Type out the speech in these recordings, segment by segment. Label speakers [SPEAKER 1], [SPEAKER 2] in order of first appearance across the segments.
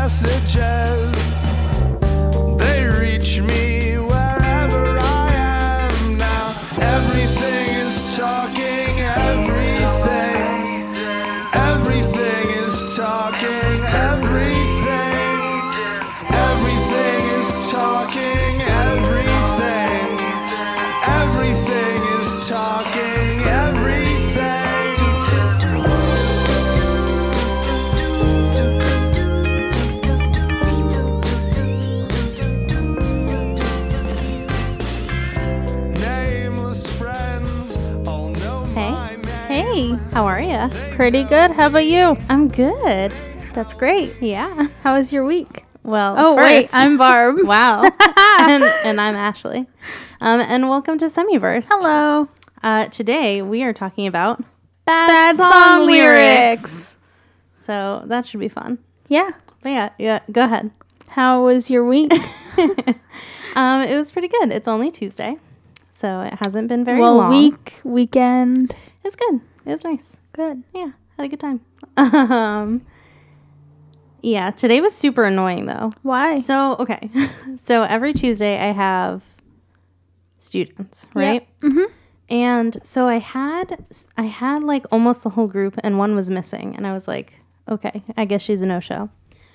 [SPEAKER 1] messages. They reach me wherever I am now. Everything is talking, everything. Everything is talking, everything. Everything is talking, everything. Everything is talking, everything. Nameless friends all know my
[SPEAKER 2] Hey.
[SPEAKER 1] name.
[SPEAKER 2] Hey, how are you? Pretty good. How about you? I'm good.
[SPEAKER 3] That's great.
[SPEAKER 2] Yeah. How was your week? Well,
[SPEAKER 3] Oh,
[SPEAKER 2] first-
[SPEAKER 3] wait, I'm Barb.
[SPEAKER 2] wow. and, and I'm Ashley. Um, and welcome to Semiverse.
[SPEAKER 3] Hello.
[SPEAKER 2] Uh, today we are talking about
[SPEAKER 3] Bad song lyrics.
[SPEAKER 2] so that should be fun.
[SPEAKER 3] Yeah.
[SPEAKER 2] But yeah, yeah, go ahead.
[SPEAKER 3] How was your week?
[SPEAKER 2] um, it was pretty good. It's only Tuesday, so it hasn't been very
[SPEAKER 3] well,
[SPEAKER 2] long.
[SPEAKER 3] week, weekend.
[SPEAKER 2] It's good. It was nice.
[SPEAKER 3] Good.
[SPEAKER 2] Yeah, had a good time. Um, yeah, today was super annoying though.
[SPEAKER 3] Why?
[SPEAKER 2] So okay, so every Tuesday I have students, right?
[SPEAKER 3] Mm-hmm.
[SPEAKER 2] And so I had I had like almost the whole group, and one was missing, and I was like, okay, I guess she's a no show.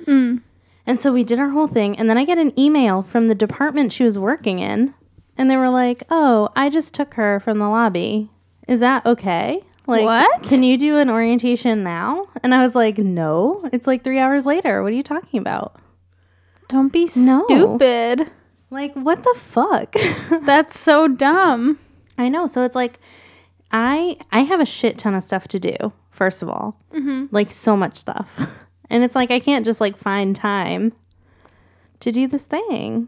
[SPEAKER 3] Mm.
[SPEAKER 2] And so we did our whole thing, and then I get an email from the department she was working in, and they were like, "Oh, I just took her from the lobby. Is that okay? Like,
[SPEAKER 3] What?
[SPEAKER 2] Can you do an orientation now?" And I was like, "No, it's like three hours later. What are you talking about?
[SPEAKER 3] Don't be
[SPEAKER 2] No.
[SPEAKER 3] stupid.
[SPEAKER 2] Like, what the fuck?"
[SPEAKER 3] That's so dumb.
[SPEAKER 2] I know. So it's like, I I have a shit ton of stuff to do. First of all,
[SPEAKER 3] Mm-hmm.
[SPEAKER 2] like so much stuff, and it's like I can't just like find time to do this thing.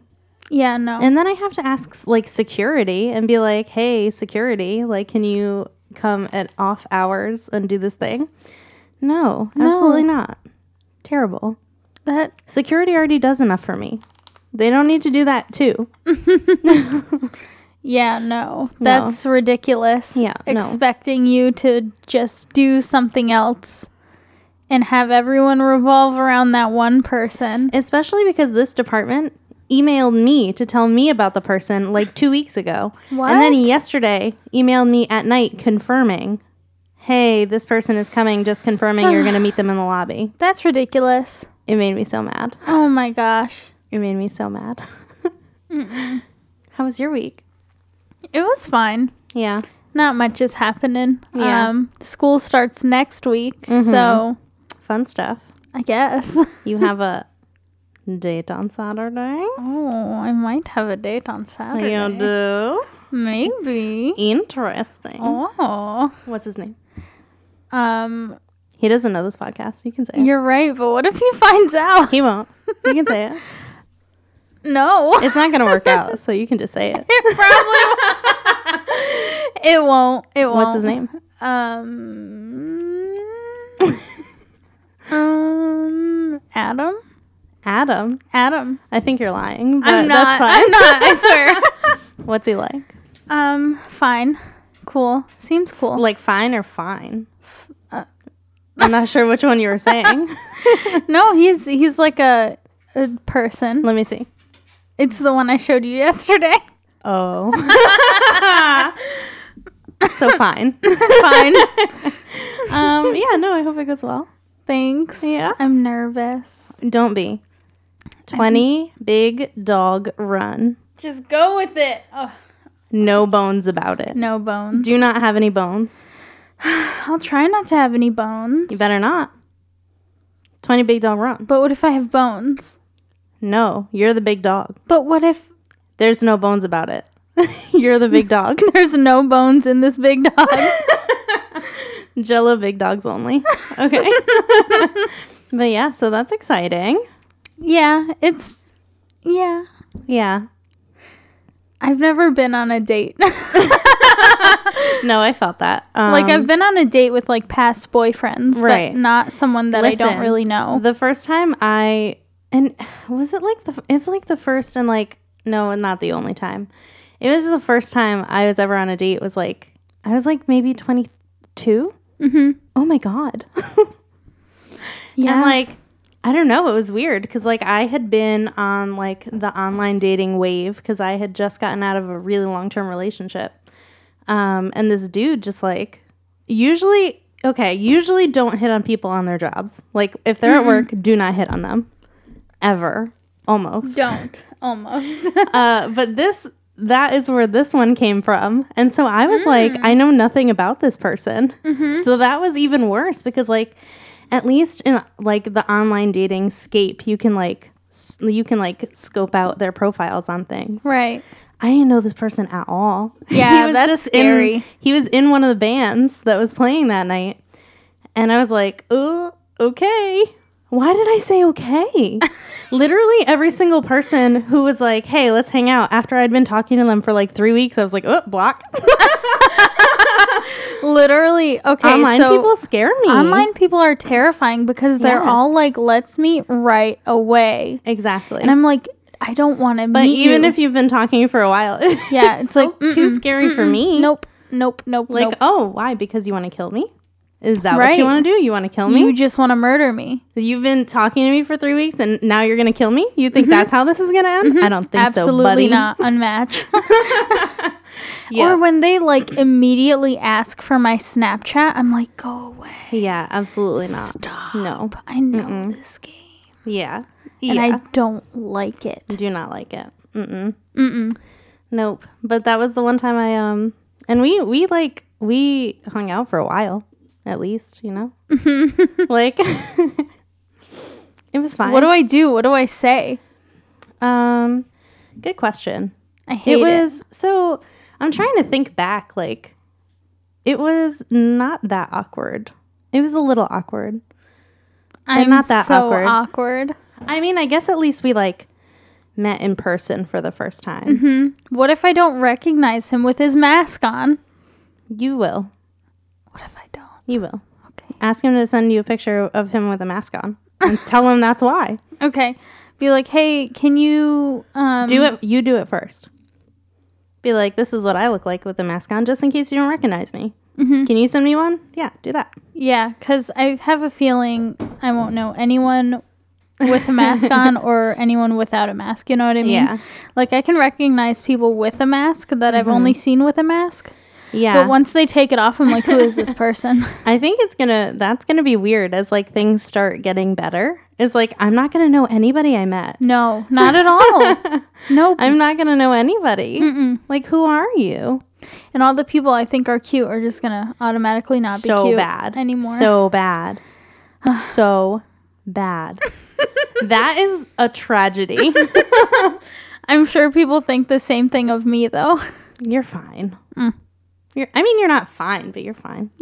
[SPEAKER 3] Yeah, no.
[SPEAKER 2] And then I have to ask like security and be like, "Hey, security, like can you come at off hours and do this thing?" No,
[SPEAKER 3] No.
[SPEAKER 2] absolutely not. Terrible.
[SPEAKER 3] that
[SPEAKER 2] Security already does enough for me. They don't need to do that too.
[SPEAKER 3] yeah, no.
[SPEAKER 2] No.
[SPEAKER 3] That's ridiculous.
[SPEAKER 2] Yeah, no.
[SPEAKER 3] Expecting you to just do something else and have everyone revolve around that one person.
[SPEAKER 2] Especially because this department emailed me to tell me about the person like 2 weeks ago. And then
[SPEAKER 3] What?
[SPEAKER 2] yesterday emailed me at night confirming, "Hey, this person is coming, just confirming you're going to meet them in the lobby."
[SPEAKER 3] That's ridiculous.
[SPEAKER 2] It made me so mad.
[SPEAKER 3] Oh my gosh.
[SPEAKER 2] It made me so mad.
[SPEAKER 3] Mm-mm.
[SPEAKER 2] How was your week?
[SPEAKER 3] It was fine.
[SPEAKER 2] Yeah.
[SPEAKER 3] Not much is happening.
[SPEAKER 2] Yeah.
[SPEAKER 3] Um school starts next week,
[SPEAKER 2] Mhm.
[SPEAKER 3] so
[SPEAKER 2] Fun stuff.
[SPEAKER 3] I guess.
[SPEAKER 2] You have a date on Saturday?
[SPEAKER 3] Oh, I might have a date on Saturday.
[SPEAKER 2] do?
[SPEAKER 3] Maybe.
[SPEAKER 2] E Interesting.
[SPEAKER 3] Oh.
[SPEAKER 2] What's his name?
[SPEAKER 3] Um
[SPEAKER 2] He doesn't know this podcast. You can say it.
[SPEAKER 3] You're right, but what if he finds out?
[SPEAKER 2] he won't. You can say it.
[SPEAKER 3] No.
[SPEAKER 2] It's not going to work out, so you can just say it.
[SPEAKER 3] it probably It won't. It won't.
[SPEAKER 2] What's his name?
[SPEAKER 3] Um Um Adam?
[SPEAKER 2] Adam.
[SPEAKER 3] Adam.
[SPEAKER 2] I think you're lying, but
[SPEAKER 3] I'm
[SPEAKER 2] that's
[SPEAKER 3] not.
[SPEAKER 2] fine.
[SPEAKER 3] I'm not, I swear.
[SPEAKER 2] What's he like?
[SPEAKER 3] um fine. Cool. Seems cool.
[SPEAKER 2] Like fine or fine?
[SPEAKER 3] Uh.
[SPEAKER 2] I'm not sure which one you were saying.
[SPEAKER 3] no, he's he's like a a person.
[SPEAKER 2] Let me see.
[SPEAKER 3] It's the one I showed you yesterday.
[SPEAKER 2] Oh. so fine.
[SPEAKER 3] Fine.
[SPEAKER 2] um, yeah, no, I hope it goes well.
[SPEAKER 3] Thanks.
[SPEAKER 2] Yeah.
[SPEAKER 3] I'm nervous.
[SPEAKER 2] Don't be. 20
[SPEAKER 3] Mm-hmm.
[SPEAKER 2] big dog run.
[SPEAKER 3] Just go with it. Oh,
[SPEAKER 2] No bones about it.
[SPEAKER 3] no bones.
[SPEAKER 2] Do not have any bones.
[SPEAKER 3] I'll try not to have any bones.
[SPEAKER 2] You better not. 20 big dog run.
[SPEAKER 3] But what if I have bones?
[SPEAKER 2] No, you're the big dog.
[SPEAKER 3] But what if
[SPEAKER 2] There's no bones about it. you're the big dog.
[SPEAKER 3] there's no bones in this big dog?
[SPEAKER 2] Jello big dogs only. Okay. but yeah, so that's exciting.
[SPEAKER 3] yeah, it's yeah.
[SPEAKER 2] Yeah.
[SPEAKER 3] I've never been on a date.
[SPEAKER 2] No, I felt that.
[SPEAKER 3] Like
[SPEAKER 2] Um,
[SPEAKER 3] I've been on a date with like past boyfriends,
[SPEAKER 2] Right.
[SPEAKER 3] but not someone that I
[SPEAKER 2] Listen,
[SPEAKER 3] don't really know.
[SPEAKER 2] The first time I and was it like the it's like the first and like no, not the only time. It was the first time I was ever on a date was like I was like maybe 22.
[SPEAKER 3] mm-hmm.
[SPEAKER 2] Oh my god.
[SPEAKER 3] Yeah.
[SPEAKER 2] And like I don't know. It was weird because like I had been on like the online dating wave because I had just gotten out of a really long term relationship, um, and this dude just like usually okay usually don't hit on people on their jobs. Like if they're at
[SPEAKER 3] Mm-hmm.
[SPEAKER 2] work, do not hit on them ever almost.
[SPEAKER 3] Don't almost.
[SPEAKER 2] Uh, but this that is where this one came from, and so I was like, I know nothing about this person.
[SPEAKER 3] mm-hmm.
[SPEAKER 2] So that was even worse because like at least in like the online dating scape, you can like s- you can like scope out their profiles on things.
[SPEAKER 3] Right.
[SPEAKER 2] I didn't know this person at all.
[SPEAKER 3] Yeah, that's
[SPEAKER 2] in-
[SPEAKER 3] scary.
[SPEAKER 2] he was in one of the bands that was playing that night, and I was like, "Oh, okay." Why did I say okay? Literally every single person who was like, "Hey, let's hang out." After I'd been talking to them for like three weeks, I was like, "Oh, block."
[SPEAKER 3] Literally. Okay.
[SPEAKER 2] online
[SPEAKER 3] so
[SPEAKER 2] people scare me.
[SPEAKER 3] Online people are terrifying because they're
[SPEAKER 2] Yeah.
[SPEAKER 3] all like, "Let's meet right away,"
[SPEAKER 2] Exactly.
[SPEAKER 3] and I'm like, "I don't want to meet."
[SPEAKER 2] But even
[SPEAKER 3] you.
[SPEAKER 2] if you've been talking for a while,
[SPEAKER 3] yeah, it's like
[SPEAKER 2] so too
[SPEAKER 3] mm-mm,
[SPEAKER 2] scary for
[SPEAKER 3] mm-mm,
[SPEAKER 2] me.
[SPEAKER 3] Nope, nope, nope.
[SPEAKER 2] Like,
[SPEAKER 3] nope.
[SPEAKER 2] oh, why? Because you want to kill me? Is that what
[SPEAKER 3] Right.
[SPEAKER 2] you want to do? You want to kill
[SPEAKER 3] you
[SPEAKER 2] oh, me?
[SPEAKER 3] just want to murder me.
[SPEAKER 2] You, have been talking to me for three weeks, and now you're gonna kill me? You think
[SPEAKER 3] Mhm.
[SPEAKER 2] that's how this is gonna end? I don't think
[SPEAKER 3] Mm-hmm. Absolutely
[SPEAKER 2] so, buddy.
[SPEAKER 3] not. Unmatch.
[SPEAKER 2] yeah.
[SPEAKER 3] Or when they like immediately ask for my Snapchat, I'm like, go away.
[SPEAKER 2] yeah, absolutely not.
[SPEAKER 3] Stop.
[SPEAKER 2] No.
[SPEAKER 3] I know
[SPEAKER 2] Mm-mm.
[SPEAKER 3] this game,
[SPEAKER 2] Yeah.
[SPEAKER 3] and
[SPEAKER 2] yeah.
[SPEAKER 3] I don't like it.
[SPEAKER 2] do not like it. Mm-mm.
[SPEAKER 3] Mm-mm.
[SPEAKER 2] Nope. But that was the one time I um, and we we like we hung out for a while, at least you know. like it was fine.
[SPEAKER 3] what do I do? What do I say?
[SPEAKER 2] um good question.
[SPEAKER 3] I hate
[SPEAKER 2] it was so I'm trying to think back like it was not that awkward. It was a little awkward.
[SPEAKER 3] I'm
[SPEAKER 2] uh, not that
[SPEAKER 3] so
[SPEAKER 2] awkward.
[SPEAKER 3] awkward.
[SPEAKER 2] I mean, I guess at least we like met in person for the first time.
[SPEAKER 3] hmm What if I don't recognize him with his mask on?
[SPEAKER 2] You will.
[SPEAKER 3] What if I don't?
[SPEAKER 2] You will.
[SPEAKER 3] Okay.
[SPEAKER 2] Ask him to send you a picture of him with a mask on and tell him that's why.
[SPEAKER 3] Okay. Be like, hey, can you um,
[SPEAKER 2] Do it. You do it first. Be like, this is what I look like with the mask on, just in case you don't recognize me.
[SPEAKER 3] Mhm.
[SPEAKER 2] Can you send me one? Yeah, do that.
[SPEAKER 3] Yeah, because I have a feeling I won't know anyone with a mask on or anyone without a mask. You know what I mean?
[SPEAKER 2] Yeah. Mm-hmm.
[SPEAKER 3] Like I can recognize people with a mask that I've only seen with a mask,
[SPEAKER 2] Yeah.
[SPEAKER 3] but once they take it off, I'm like, who is this person?
[SPEAKER 2] I think it's gonna. That's gonna be weird as like things start getting better. It's like I'm not gonna know anybody I met.
[SPEAKER 3] no, not at all. Mm. Nope.
[SPEAKER 2] I'm not gonna know anybody.
[SPEAKER 3] Mm-mm.
[SPEAKER 2] Like who are you?
[SPEAKER 3] And all the people I think are cute are just gonna automatically not be
[SPEAKER 2] so
[SPEAKER 3] cute
[SPEAKER 2] bad
[SPEAKER 3] anymore.
[SPEAKER 2] So bad. so bad. that is a tragedy.
[SPEAKER 3] I'm sure people think the same thing of me though.
[SPEAKER 2] you're fine.
[SPEAKER 3] Mm.
[SPEAKER 2] You're. I mean, you're not fine, but you're fine.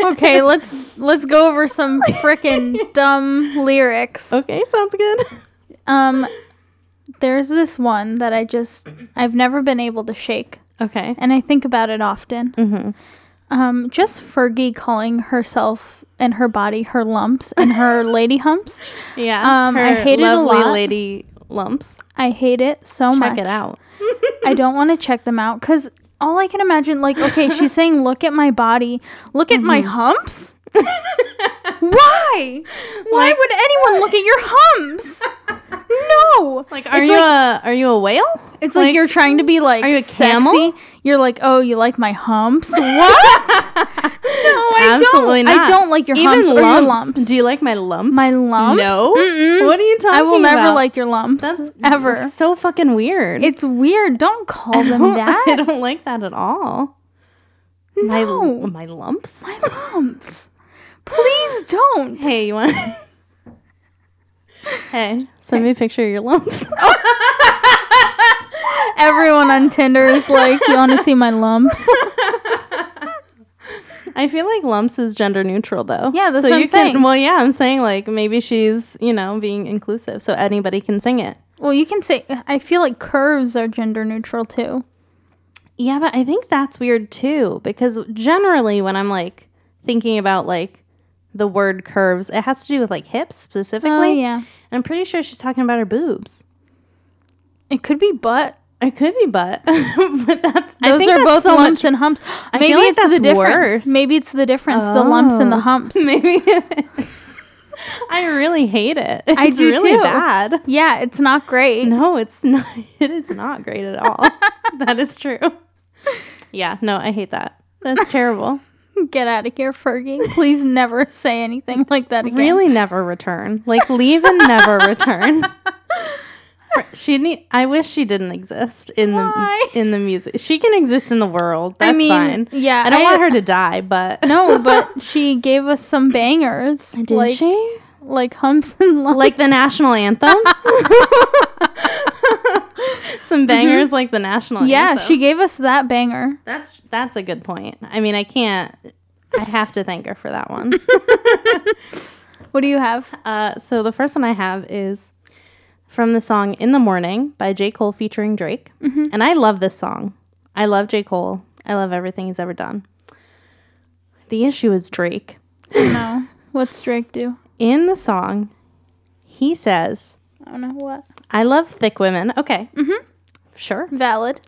[SPEAKER 3] okay, let's let's go over some frickin' dumb lyrics.
[SPEAKER 2] Okay, sounds good.
[SPEAKER 3] Um, there's this one that I just I've never been able to shake,
[SPEAKER 2] Okay.
[SPEAKER 3] and I think about it often.
[SPEAKER 2] Mm-hmm.
[SPEAKER 3] Um, just Fergie calling herself and her body her lumps and her lady humps.
[SPEAKER 2] Yeah.
[SPEAKER 3] Um, I
[SPEAKER 2] her
[SPEAKER 3] hate it a
[SPEAKER 2] lovely
[SPEAKER 3] lot. Oh
[SPEAKER 2] Lady lumps.
[SPEAKER 3] I hate it so
[SPEAKER 2] Check
[SPEAKER 3] much.
[SPEAKER 2] it out.
[SPEAKER 3] I don't want to check them out because all I can imagine, like, okay, she's saying, "Look at my body, look at
[SPEAKER 2] Mm-hmm.
[SPEAKER 3] my humps." Why? Why
[SPEAKER 2] Like-
[SPEAKER 3] would anyone look at your humps? No.
[SPEAKER 2] Like,
[SPEAKER 3] It's
[SPEAKER 2] are you a are you a whale?
[SPEAKER 3] It's like, you're trying to be like
[SPEAKER 2] Are you a
[SPEAKER 3] sexy.
[SPEAKER 2] camel?
[SPEAKER 3] You're like, oh, you like my humps? What? no, I
[SPEAKER 2] Absolutely
[SPEAKER 3] don't.
[SPEAKER 2] not.
[SPEAKER 3] I don't like your
[SPEAKER 2] Even
[SPEAKER 3] humps or your lumps.
[SPEAKER 2] lumps. Do you like my lump?
[SPEAKER 3] My lumps?
[SPEAKER 2] No.
[SPEAKER 3] Mm-mm.
[SPEAKER 2] What are you talking about?
[SPEAKER 3] I will never like your lumps ever.
[SPEAKER 2] That's so fucking weird.
[SPEAKER 3] It's weird. Don't call
[SPEAKER 2] I
[SPEAKER 3] them
[SPEAKER 2] don't-
[SPEAKER 3] that.
[SPEAKER 2] I don't like that at all. My
[SPEAKER 3] no,
[SPEAKER 2] my lumps.
[SPEAKER 3] my lumps. Please don't.
[SPEAKER 2] Hey, you want? hey, send me a picture of your lumps.
[SPEAKER 3] Everyone on Tinder is like, you want to see my lumps?
[SPEAKER 2] I feel like lumps is gender neutral though.
[SPEAKER 3] Yeah, that's
[SPEAKER 2] so
[SPEAKER 3] what
[SPEAKER 2] you
[SPEAKER 3] I'm
[SPEAKER 2] can,
[SPEAKER 3] saying.
[SPEAKER 2] Well, yeah, I'm saying like maybe she's you know being inclusive, so anybody can sing it.
[SPEAKER 3] Well, you can say. I feel like curves are gender neutral too.
[SPEAKER 2] Yeah, but I think that's weird too because generally when I'm like thinking about like the word curves, it has to do with like hips specifically.
[SPEAKER 3] Oh yeah.
[SPEAKER 2] And I'm pretty sure she's talking about her boobs.
[SPEAKER 3] It could be butt.
[SPEAKER 2] It could be butt, but that's I
[SPEAKER 3] Those
[SPEAKER 2] think
[SPEAKER 3] are
[SPEAKER 2] that's
[SPEAKER 3] both
[SPEAKER 2] so
[SPEAKER 3] lumps
[SPEAKER 2] much-
[SPEAKER 3] and humps.
[SPEAKER 2] I
[SPEAKER 3] Maybe
[SPEAKER 2] feel like
[SPEAKER 3] it's the
[SPEAKER 2] that's
[SPEAKER 3] difference.
[SPEAKER 2] worse.
[SPEAKER 3] Maybe it's the difference, the lumps and the
[SPEAKER 2] Oh.
[SPEAKER 3] humps.
[SPEAKER 2] Maybe. I really hate it. It's
[SPEAKER 3] I do
[SPEAKER 2] really
[SPEAKER 3] too.
[SPEAKER 2] bad.
[SPEAKER 3] Yeah, it's not great.
[SPEAKER 2] No, it's not. It is not great at all. that is true. Yeah, no, I hate that. That's terrible.
[SPEAKER 3] Get out of here, Fergie. Please never say anything like that again.
[SPEAKER 2] Really, never return. Like leave and never return. She need. I wish she didn't exist in
[SPEAKER 3] Why?
[SPEAKER 2] the in the music. She can exist in the world. That's
[SPEAKER 3] I mean,
[SPEAKER 2] fine.
[SPEAKER 3] yeah.
[SPEAKER 2] I don't want her to die, but
[SPEAKER 3] No, but she gave us some bangers.
[SPEAKER 2] did
[SPEAKER 3] like,
[SPEAKER 2] she
[SPEAKER 3] Like humps and lumps.
[SPEAKER 2] like the national anthem? Some bangers like the national
[SPEAKER 3] Mm-hmm. yeah,
[SPEAKER 2] anthem.
[SPEAKER 3] she gave us that banger.
[SPEAKER 2] That's that's a good point. I mean, I can't. I have to thank her for that one.
[SPEAKER 3] What do you have?
[SPEAKER 2] uh, so the first one I have is from the song "In the Morning" by J. Cole featuring Drake, and I love this song. I love J. Cole. I love everything he's ever done. The issue is Drake.
[SPEAKER 3] No. What's Drake do?
[SPEAKER 2] In the song, he says,
[SPEAKER 3] I don't know what.
[SPEAKER 2] "I love thick women." Okay,
[SPEAKER 3] Mhm.
[SPEAKER 2] sure.
[SPEAKER 3] Valid.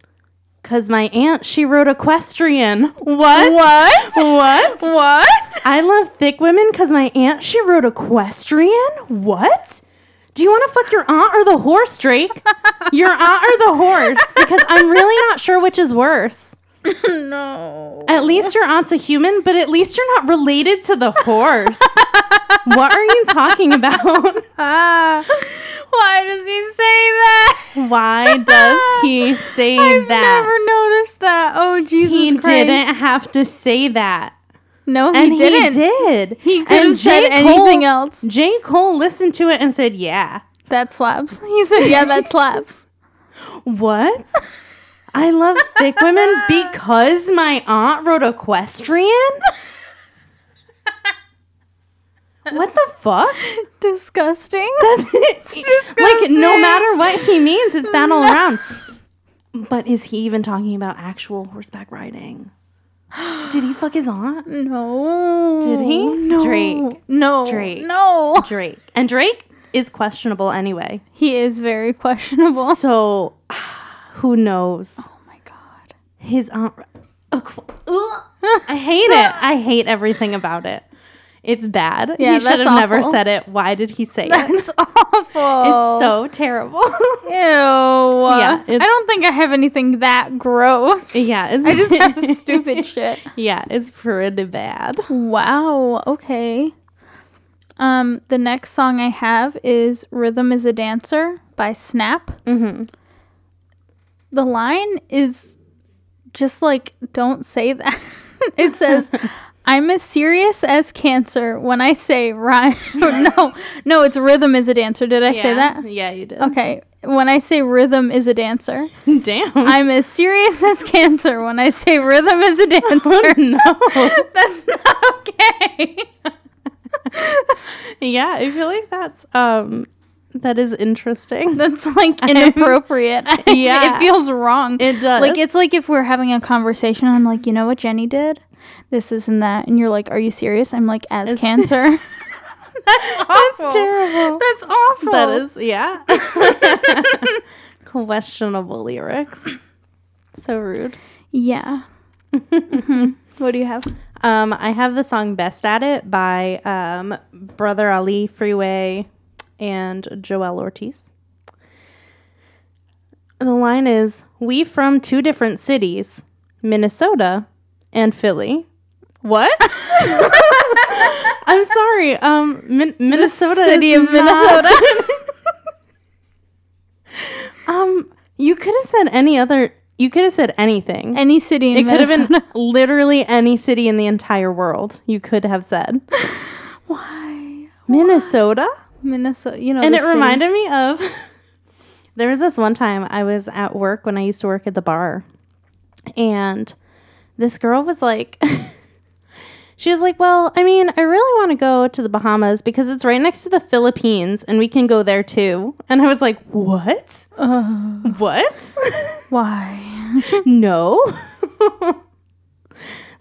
[SPEAKER 2] Cause my aunt, she wrote equestrian. What?
[SPEAKER 3] What?
[SPEAKER 2] What?
[SPEAKER 3] What?
[SPEAKER 2] I love thick women because my aunt, she wrote equestrian? What? Do you want to fuck your aunt or the horse, Drake? Your aunt or the horse? Because I'm really not sure which is worse.
[SPEAKER 3] no.
[SPEAKER 2] At least your aunt's a human, but at least you're not related to the horse. What are you talking about?
[SPEAKER 3] Ah. Why does he say that?
[SPEAKER 2] Why does he say
[SPEAKER 3] I've
[SPEAKER 2] that?
[SPEAKER 3] never noticed that. Oh Jesus
[SPEAKER 2] He
[SPEAKER 3] Christ!
[SPEAKER 2] didn't have to say that.
[SPEAKER 3] No, he
[SPEAKER 2] And he,
[SPEAKER 3] didn't.
[SPEAKER 2] did.
[SPEAKER 3] He could
[SPEAKER 2] And
[SPEAKER 3] have said
[SPEAKER 2] J. Cole-
[SPEAKER 3] anything else.
[SPEAKER 2] J. Cole listened to it and said, Yeah.
[SPEAKER 3] That slaps. He said, "Yeah, that slaps."
[SPEAKER 2] What? I love thick women because my aunt wrote equestrian? What the fuck?
[SPEAKER 3] Disgusting.
[SPEAKER 2] like, no matter what he means, it's that all around. But is he even talking about actual horseback riding? Did he fuck his aunt?
[SPEAKER 3] No.
[SPEAKER 2] Did he?
[SPEAKER 3] No.
[SPEAKER 2] Drake.
[SPEAKER 3] No.
[SPEAKER 2] Drake.
[SPEAKER 3] No.
[SPEAKER 2] Drake. And Drake is questionable anyway.
[SPEAKER 3] He is very questionable.
[SPEAKER 2] So, who knows?
[SPEAKER 3] Oh my god.
[SPEAKER 2] His aunt. Equ- Ugh. I hate it. I hate everything about it. It's bad.
[SPEAKER 3] Yeah,
[SPEAKER 2] he should
[SPEAKER 3] that's
[SPEAKER 2] have never
[SPEAKER 3] awful.
[SPEAKER 2] said it. Why did he say it?
[SPEAKER 3] That's awful.
[SPEAKER 2] It's so terrible.
[SPEAKER 3] Ew. Yeah, I
[SPEAKER 2] it's-
[SPEAKER 3] don't think I have anything that gross.
[SPEAKER 2] yeah, it's,
[SPEAKER 3] I just have stupid shit.
[SPEAKER 2] Yeah, it's pretty bad.
[SPEAKER 3] Wow. Okay. Um, the next song I have is "Rhythm Is a Dancer" by Snap.
[SPEAKER 2] Mm-hmm.
[SPEAKER 3] the line is just like don't say that it says i'm as serious as cancer when i say rhyme no no it's rhythm is a dancer did i say that
[SPEAKER 2] Yeah, you did.
[SPEAKER 3] okay when i say rhythm is a dancer
[SPEAKER 2] Damn.
[SPEAKER 3] i'm as serious as cancer when i say rhythm is a dancer
[SPEAKER 2] Oh, no.
[SPEAKER 3] that's not okay
[SPEAKER 2] yeah, I feel like that's um that is interesting.
[SPEAKER 3] that's like inappropriate
[SPEAKER 2] Yeah.
[SPEAKER 3] it feels wrong
[SPEAKER 2] it does.
[SPEAKER 3] Like it's like if we're having a conversation, I'm like, you know what Jenny did? This, this, and that, and you're like, are you serious? I'm like, as cancer. That's
[SPEAKER 2] That's terrible.
[SPEAKER 3] That's awful.
[SPEAKER 2] That is, yeah. Questionable lyrics. So rude.
[SPEAKER 3] Yeah. Mm-hmm. What do you have?
[SPEAKER 2] um, I have the song Best at It by um, Brother Ali Freeway and Joel Ortiz. And the line is We from two different cities, Minnesota and Philly. What? I'm sorry. Um, Min- Minnesota
[SPEAKER 3] City
[SPEAKER 2] is
[SPEAKER 3] of
[SPEAKER 2] not-
[SPEAKER 3] Minnesota.
[SPEAKER 2] Um, you could have said any other. You could have said anything.
[SPEAKER 3] Any city in
[SPEAKER 2] it could have
[SPEAKER 3] Minnesota.
[SPEAKER 2] been literally any city in the entire world. You could have said
[SPEAKER 3] Why?
[SPEAKER 2] Minnesota,
[SPEAKER 3] Minnesota. You know.
[SPEAKER 2] and
[SPEAKER 3] the
[SPEAKER 2] it
[SPEAKER 3] city.
[SPEAKER 2] reminded me of. There was this one time I was at work when I used to work at the bar, and this girl was like, she was like, "Well, I mean, I really want to go to the Bahamas because it's right next to the Philippines, and we can go there too." And I was like, "What?
[SPEAKER 3] Ugh.
[SPEAKER 2] What?"
[SPEAKER 3] why?
[SPEAKER 2] no.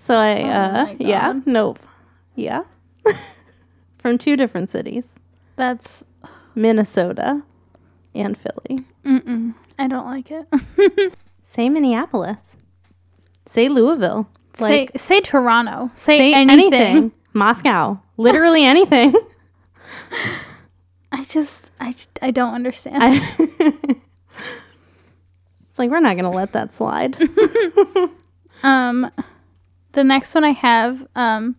[SPEAKER 2] so I, uh,
[SPEAKER 3] Oh my
[SPEAKER 2] yeah,
[SPEAKER 3] God.
[SPEAKER 2] nope. Yeah. From two different cities
[SPEAKER 3] That's.
[SPEAKER 2] Minnesota and Philly.
[SPEAKER 3] Mm-mm. I don't like it.
[SPEAKER 2] Say Minneapolis. Say Louisville. Like
[SPEAKER 3] say, say Toronto. Say,
[SPEAKER 2] say
[SPEAKER 3] anything.
[SPEAKER 2] anything. Moscow. Literally anything.
[SPEAKER 3] I just I, j- I don't understand.
[SPEAKER 2] I, it's like we're not gonna let that slide.
[SPEAKER 3] um the next one I have um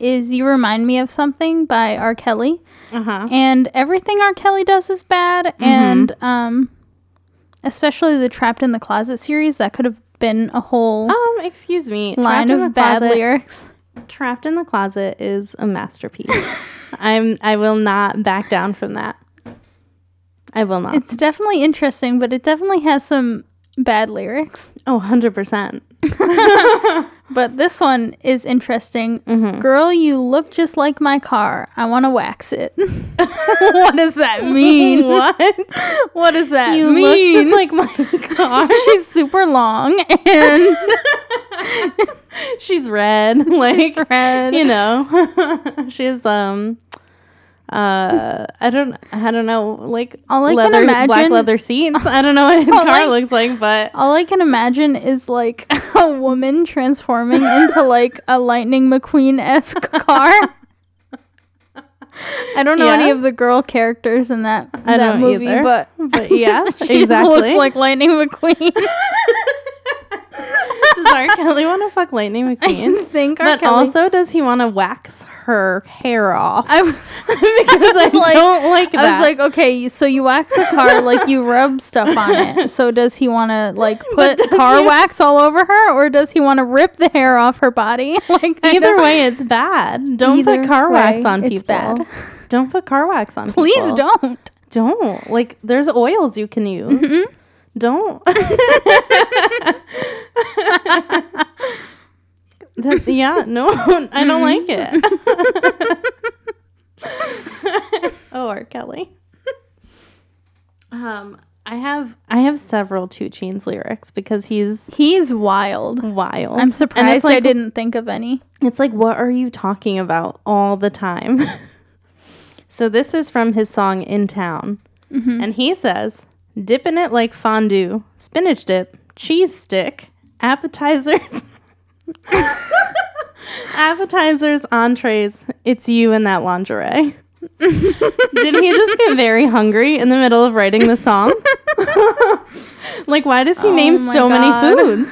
[SPEAKER 3] is You Remind Me of Something by R. Kelly.
[SPEAKER 2] uh huh.
[SPEAKER 3] and everything R. Kelly does is bad,
[SPEAKER 2] Mm-hmm.
[SPEAKER 3] and um, especially the Trapped in the Closet series that could have been a whole
[SPEAKER 2] Um, excuse me.
[SPEAKER 3] line
[SPEAKER 2] Trapped in
[SPEAKER 3] of
[SPEAKER 2] the
[SPEAKER 3] bad
[SPEAKER 2] Closet-
[SPEAKER 3] lyrics.
[SPEAKER 2] Trapped in the closet is a masterpiece. I'm. I will not back down from that. I will not.
[SPEAKER 3] It's definitely interesting, but it definitely has some bad lyrics.
[SPEAKER 2] Oh, 100 percent.
[SPEAKER 3] But this one is interesting.
[SPEAKER 2] Mhm.
[SPEAKER 3] Girl, you look just like my car. I want to wax it. what does that mean?
[SPEAKER 2] what?
[SPEAKER 3] What does that
[SPEAKER 2] You
[SPEAKER 3] mean?
[SPEAKER 2] look just like my car.
[SPEAKER 3] She's super long and
[SPEAKER 2] She's red. Like
[SPEAKER 3] red.
[SPEAKER 2] You know, she's um. Uh, I don't, I don't know, like
[SPEAKER 3] All I can
[SPEAKER 2] leather, black
[SPEAKER 3] imagine-
[SPEAKER 2] leather seats. I don't know what his
[SPEAKER 3] All
[SPEAKER 2] car
[SPEAKER 3] I-
[SPEAKER 2] looks like, but
[SPEAKER 3] All I can imagine is like a woman transforming into like a Lightning McQueen esque car. I don't know any
[SPEAKER 2] Yeah.
[SPEAKER 3] of the girl characters in that
[SPEAKER 2] I
[SPEAKER 3] that
[SPEAKER 2] don't
[SPEAKER 3] movie,
[SPEAKER 2] either.
[SPEAKER 3] but
[SPEAKER 2] But yeah,
[SPEAKER 3] she
[SPEAKER 2] exactly.
[SPEAKER 3] looks like Lightning McQueen.
[SPEAKER 2] does R. Kelly want to fuck Lightning McQueen?
[SPEAKER 3] I think R.
[SPEAKER 2] But
[SPEAKER 3] Kelly.
[SPEAKER 2] also, does he want to wax her hair off?
[SPEAKER 3] I was,
[SPEAKER 2] because I, don't like that.
[SPEAKER 3] I was like, okay, so you wax the car, like you rub stuff on it. So does he want to like
[SPEAKER 2] But
[SPEAKER 3] put
[SPEAKER 2] does
[SPEAKER 3] car
[SPEAKER 2] he-
[SPEAKER 3] wax all over her, or does he want to rip the hair off her body? Like I
[SPEAKER 2] either
[SPEAKER 3] don't-
[SPEAKER 2] way, it's bad. Don't
[SPEAKER 3] Either
[SPEAKER 2] put car
[SPEAKER 3] way,
[SPEAKER 2] wax on
[SPEAKER 3] it's
[SPEAKER 2] people.
[SPEAKER 3] bad.
[SPEAKER 2] Don't put car wax on
[SPEAKER 3] Please
[SPEAKER 2] people.
[SPEAKER 3] don't. Mm-hmm.
[SPEAKER 2] Don't. Like, there's oils you can use.
[SPEAKER 3] Mm-mm.
[SPEAKER 2] Don't. That- yeah, no, I don't like
[SPEAKER 3] Mm-hmm.
[SPEAKER 2] it. oh, R. Kelly. Um, I have I have several Two Chains lyrics because he's
[SPEAKER 3] He's wild.
[SPEAKER 2] wild.
[SPEAKER 3] I'm
[SPEAKER 2] And
[SPEAKER 3] surprised
[SPEAKER 2] it's like,
[SPEAKER 3] I didn't think of any.
[SPEAKER 2] It's like, what are you talking about all the time? so this is from his song "In Town,"
[SPEAKER 3] Mhm.
[SPEAKER 2] and he says, "Dipping it like fondue, spinach dip, cheese stick, appetizers." Appetizers, entrees, it's you in that lingerie. Didn't he just get very hungry in the middle of writing the song? like, why does he
[SPEAKER 3] Oh
[SPEAKER 2] name
[SPEAKER 3] my
[SPEAKER 2] so
[SPEAKER 3] God.
[SPEAKER 2] many foods?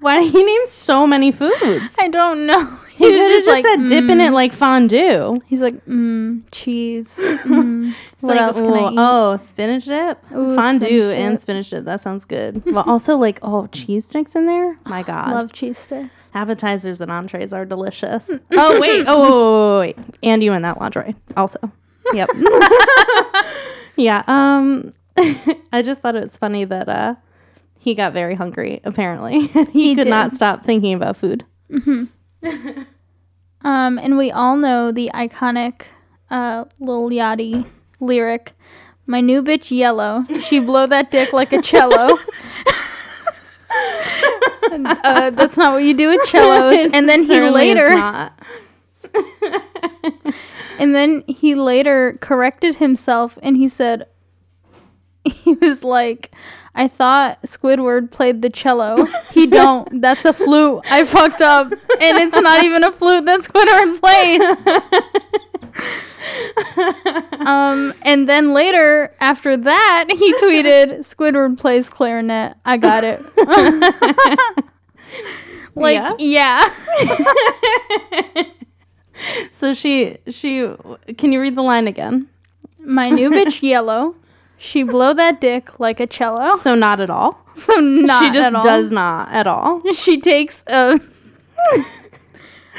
[SPEAKER 2] Why he names so many foods?
[SPEAKER 3] I don't know.
[SPEAKER 2] He could have just said dipping
[SPEAKER 3] mm.
[SPEAKER 2] it like fondue.
[SPEAKER 3] He's like, mm, cheese. Mm. what
[SPEAKER 2] Like,
[SPEAKER 3] else can I
[SPEAKER 2] well,
[SPEAKER 3] eat?
[SPEAKER 2] Oh, spinach dip,
[SPEAKER 3] Ooh,
[SPEAKER 2] fondue,
[SPEAKER 3] spinach
[SPEAKER 2] and
[SPEAKER 3] dip.
[SPEAKER 2] spinach dip. That sounds good. but also, like, oh, cheese sticks in there. My God,
[SPEAKER 3] Love cheese sticks.
[SPEAKER 2] appetizers and entrees are delicious. oh wait, oh wait, wait, wait, and you in that lingerie also. Yep. yeah. Um, I just thought it was funny that uh, he got very hungry. Apparently, he,
[SPEAKER 3] He
[SPEAKER 2] could not
[SPEAKER 3] did.
[SPEAKER 2] stop thinking about food.
[SPEAKER 3] hmm
[SPEAKER 2] Mm-hmm.
[SPEAKER 3] um, and we all know the iconic uh, Lil Yachty lyric. My new bitch yellow. She blow that dick like a cello. uh, that's not what you do with cellos. And then he
[SPEAKER 2] Certainly it's
[SPEAKER 3] later.
[SPEAKER 2] not.
[SPEAKER 3] And then he later corrected himself and he said, he was like, I thought Squidward played the cello. He don't. That's a flute. I fucked up. And it's not even a flute that Squidward played. Um, and then later, after that, he tweeted, Squidward plays clarinet. I got it. like,
[SPEAKER 2] Yeah?
[SPEAKER 3] yeah.
[SPEAKER 2] so she she can you read the line again?
[SPEAKER 3] My new bitch, Yellow. She blow that dick like a cello.
[SPEAKER 2] So not at all.
[SPEAKER 3] So not
[SPEAKER 2] she just
[SPEAKER 3] at all.
[SPEAKER 2] does not at all.
[SPEAKER 3] she takes a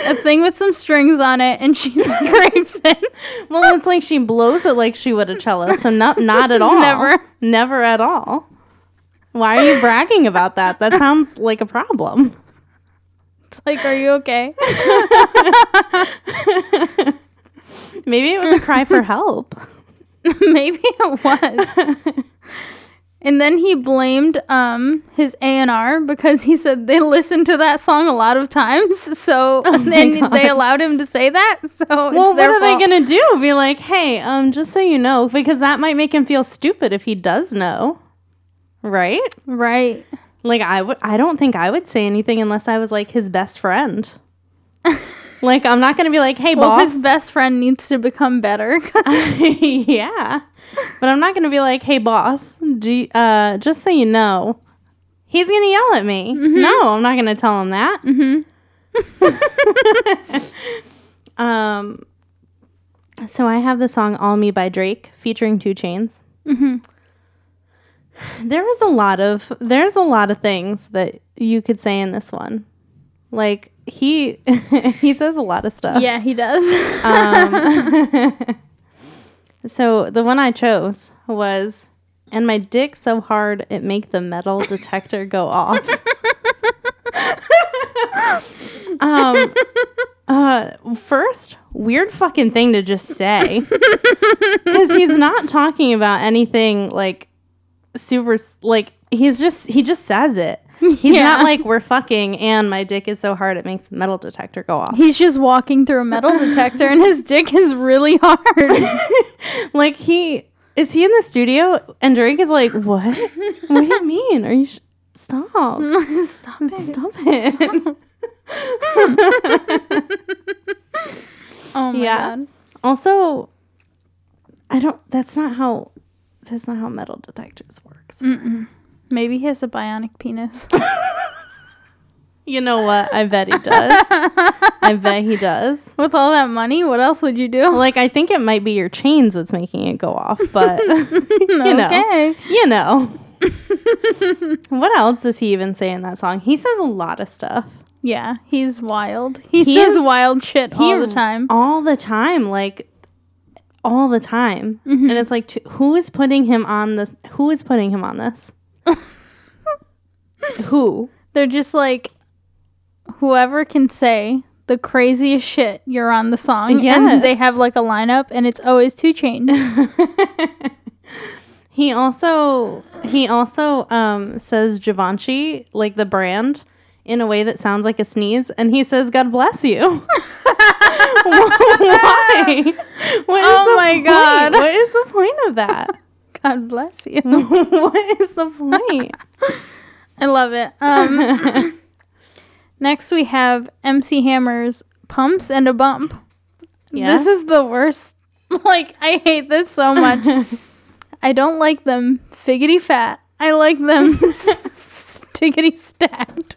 [SPEAKER 3] a thing with some strings on it and she scrapes it.
[SPEAKER 2] Well, it's like she blows it like she would a cello. So not not at all.
[SPEAKER 3] Never.
[SPEAKER 2] never at all. Why are you bragging about that? That sounds like a problem.
[SPEAKER 3] Like, are you okay?
[SPEAKER 2] Maybe it was a cry for help.
[SPEAKER 3] Maybe it was. And then he blamed um his A and R because he said they listened to that song a lot of times, so
[SPEAKER 2] Oh my
[SPEAKER 3] and
[SPEAKER 2] God.
[SPEAKER 3] they allowed him to say that. So
[SPEAKER 2] well,
[SPEAKER 3] it's
[SPEAKER 2] what
[SPEAKER 3] their
[SPEAKER 2] are
[SPEAKER 3] fault.
[SPEAKER 2] they gonna do? Be like, hey, um, just so you know, because that might make him feel stupid if he does know. right?
[SPEAKER 3] Right.
[SPEAKER 2] Like I would I don't think I would say anything unless I was like his best friend. Like I'm not going to be like, "Hey,
[SPEAKER 3] well,
[SPEAKER 2] boss."
[SPEAKER 3] his best friend needs to become better. Mm-hmm.
[SPEAKER 2] yeah. But I'm not going to be like, "Hey, boss, do you, uh just so you know, he's going to yell at me."
[SPEAKER 3] Mm-hmm.
[SPEAKER 2] No, I'm not going to tell him that.
[SPEAKER 3] hmm
[SPEAKER 2] um so I have the song All Me by Drake featuring 2 Chains. Mm-hmm.
[SPEAKER 3] hmm
[SPEAKER 2] There was a lot of there's a lot of things that you could say in this one. Like he he says a lot of stuff.
[SPEAKER 3] Yeah, he does.
[SPEAKER 2] Um, so the one I chose was and my dick so hard it make the metal detector go off. Um uh first weird fucking thing to just say. because he's not talking about anything like super like he's just he just says it he's
[SPEAKER 3] Yeah.
[SPEAKER 2] not like we're fucking and my dick is so hard it makes the metal detector go off
[SPEAKER 3] He's just walking through a metal detector, and his dick is really hard.
[SPEAKER 2] like he is he in the studio and drake is like what what do you mean are you sh- stop
[SPEAKER 3] Mm. Stop it.
[SPEAKER 2] stop it
[SPEAKER 3] Oh my
[SPEAKER 2] Yeah.
[SPEAKER 3] god.
[SPEAKER 2] also i don't that's not how that's not how metal detectors works
[SPEAKER 3] Mm-mm. Maybe he has a bionic penis.
[SPEAKER 2] you know what i bet he does i bet he does
[SPEAKER 3] With all that money, what else would you do?
[SPEAKER 2] like I think it might be your chains that's making it go off, but you know,
[SPEAKER 3] okay.
[SPEAKER 2] you know. What else does he even say in that song? He says a lot of stuff.
[SPEAKER 3] yeah, he's wild. He,
[SPEAKER 2] He
[SPEAKER 3] says
[SPEAKER 2] is-
[SPEAKER 3] wild shit all the
[SPEAKER 2] He-
[SPEAKER 3] time.
[SPEAKER 2] all the time, like all the time.
[SPEAKER 3] Mhm.
[SPEAKER 2] And it's like, t- who is putting him on this? Who is putting him on this? who?
[SPEAKER 3] They're just like, whoever can say the craziest shit you're on the song,
[SPEAKER 2] Yeah.
[SPEAKER 3] and they have like a lineup, and it's always two chains.
[SPEAKER 2] he also he also um says Givenchy, like the brand, in a way that sounds like a sneeze, and he says, "God bless you." Why? What is
[SPEAKER 3] Oh
[SPEAKER 2] the
[SPEAKER 3] my
[SPEAKER 2] point?
[SPEAKER 3] God.
[SPEAKER 2] What is the point of that?
[SPEAKER 3] God bless you.
[SPEAKER 2] what is the point?
[SPEAKER 3] I love it. Um, next we have MC Hammer's "Pumps and a Bump."
[SPEAKER 2] yeah.
[SPEAKER 3] This is the worst. Like I hate this so much. I don't like them figgity fat. I like them stiggity stacked.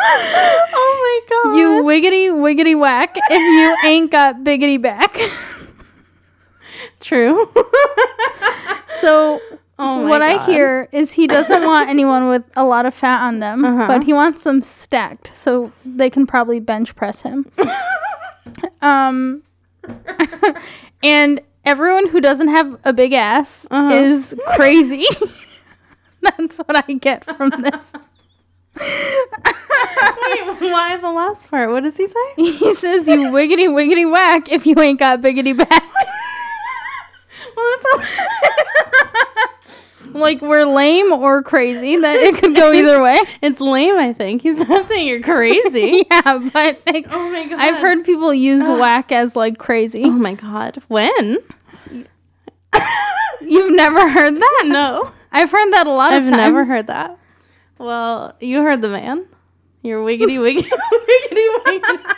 [SPEAKER 2] oh my god.
[SPEAKER 3] You wiggity wiggity whack if you ain't got biggity back.
[SPEAKER 2] true.
[SPEAKER 3] So
[SPEAKER 2] oh my
[SPEAKER 3] what I
[SPEAKER 2] God.
[SPEAKER 3] hear is he doesn't want anyone with a lot of fat on them,
[SPEAKER 2] Uh-huh.
[SPEAKER 3] but he wants them stacked so they can probably bench press him. Um, and everyone who doesn't have a big ass
[SPEAKER 2] Uh-huh.
[SPEAKER 3] is crazy. That's what I get from this.
[SPEAKER 2] Wait, why the last part? What does he say?
[SPEAKER 3] He says, "You wiggity wiggity whack if you ain't got biggity back."
[SPEAKER 2] Well, that's
[SPEAKER 3] like we're lame or crazy. That it could go either way.
[SPEAKER 2] it's lame, I think. He's not saying you're crazy.
[SPEAKER 3] yeah, but like,
[SPEAKER 2] Oh my god. Ah.
[SPEAKER 3] I've heard people use whack as like crazy.
[SPEAKER 2] Oh my god. When?
[SPEAKER 3] You've never heard that?
[SPEAKER 2] no.
[SPEAKER 3] I've heard that a lot
[SPEAKER 2] I've
[SPEAKER 3] of times.
[SPEAKER 2] never heard that. Well, you heard the man. You're wiggity wiggity wiggity wiggity.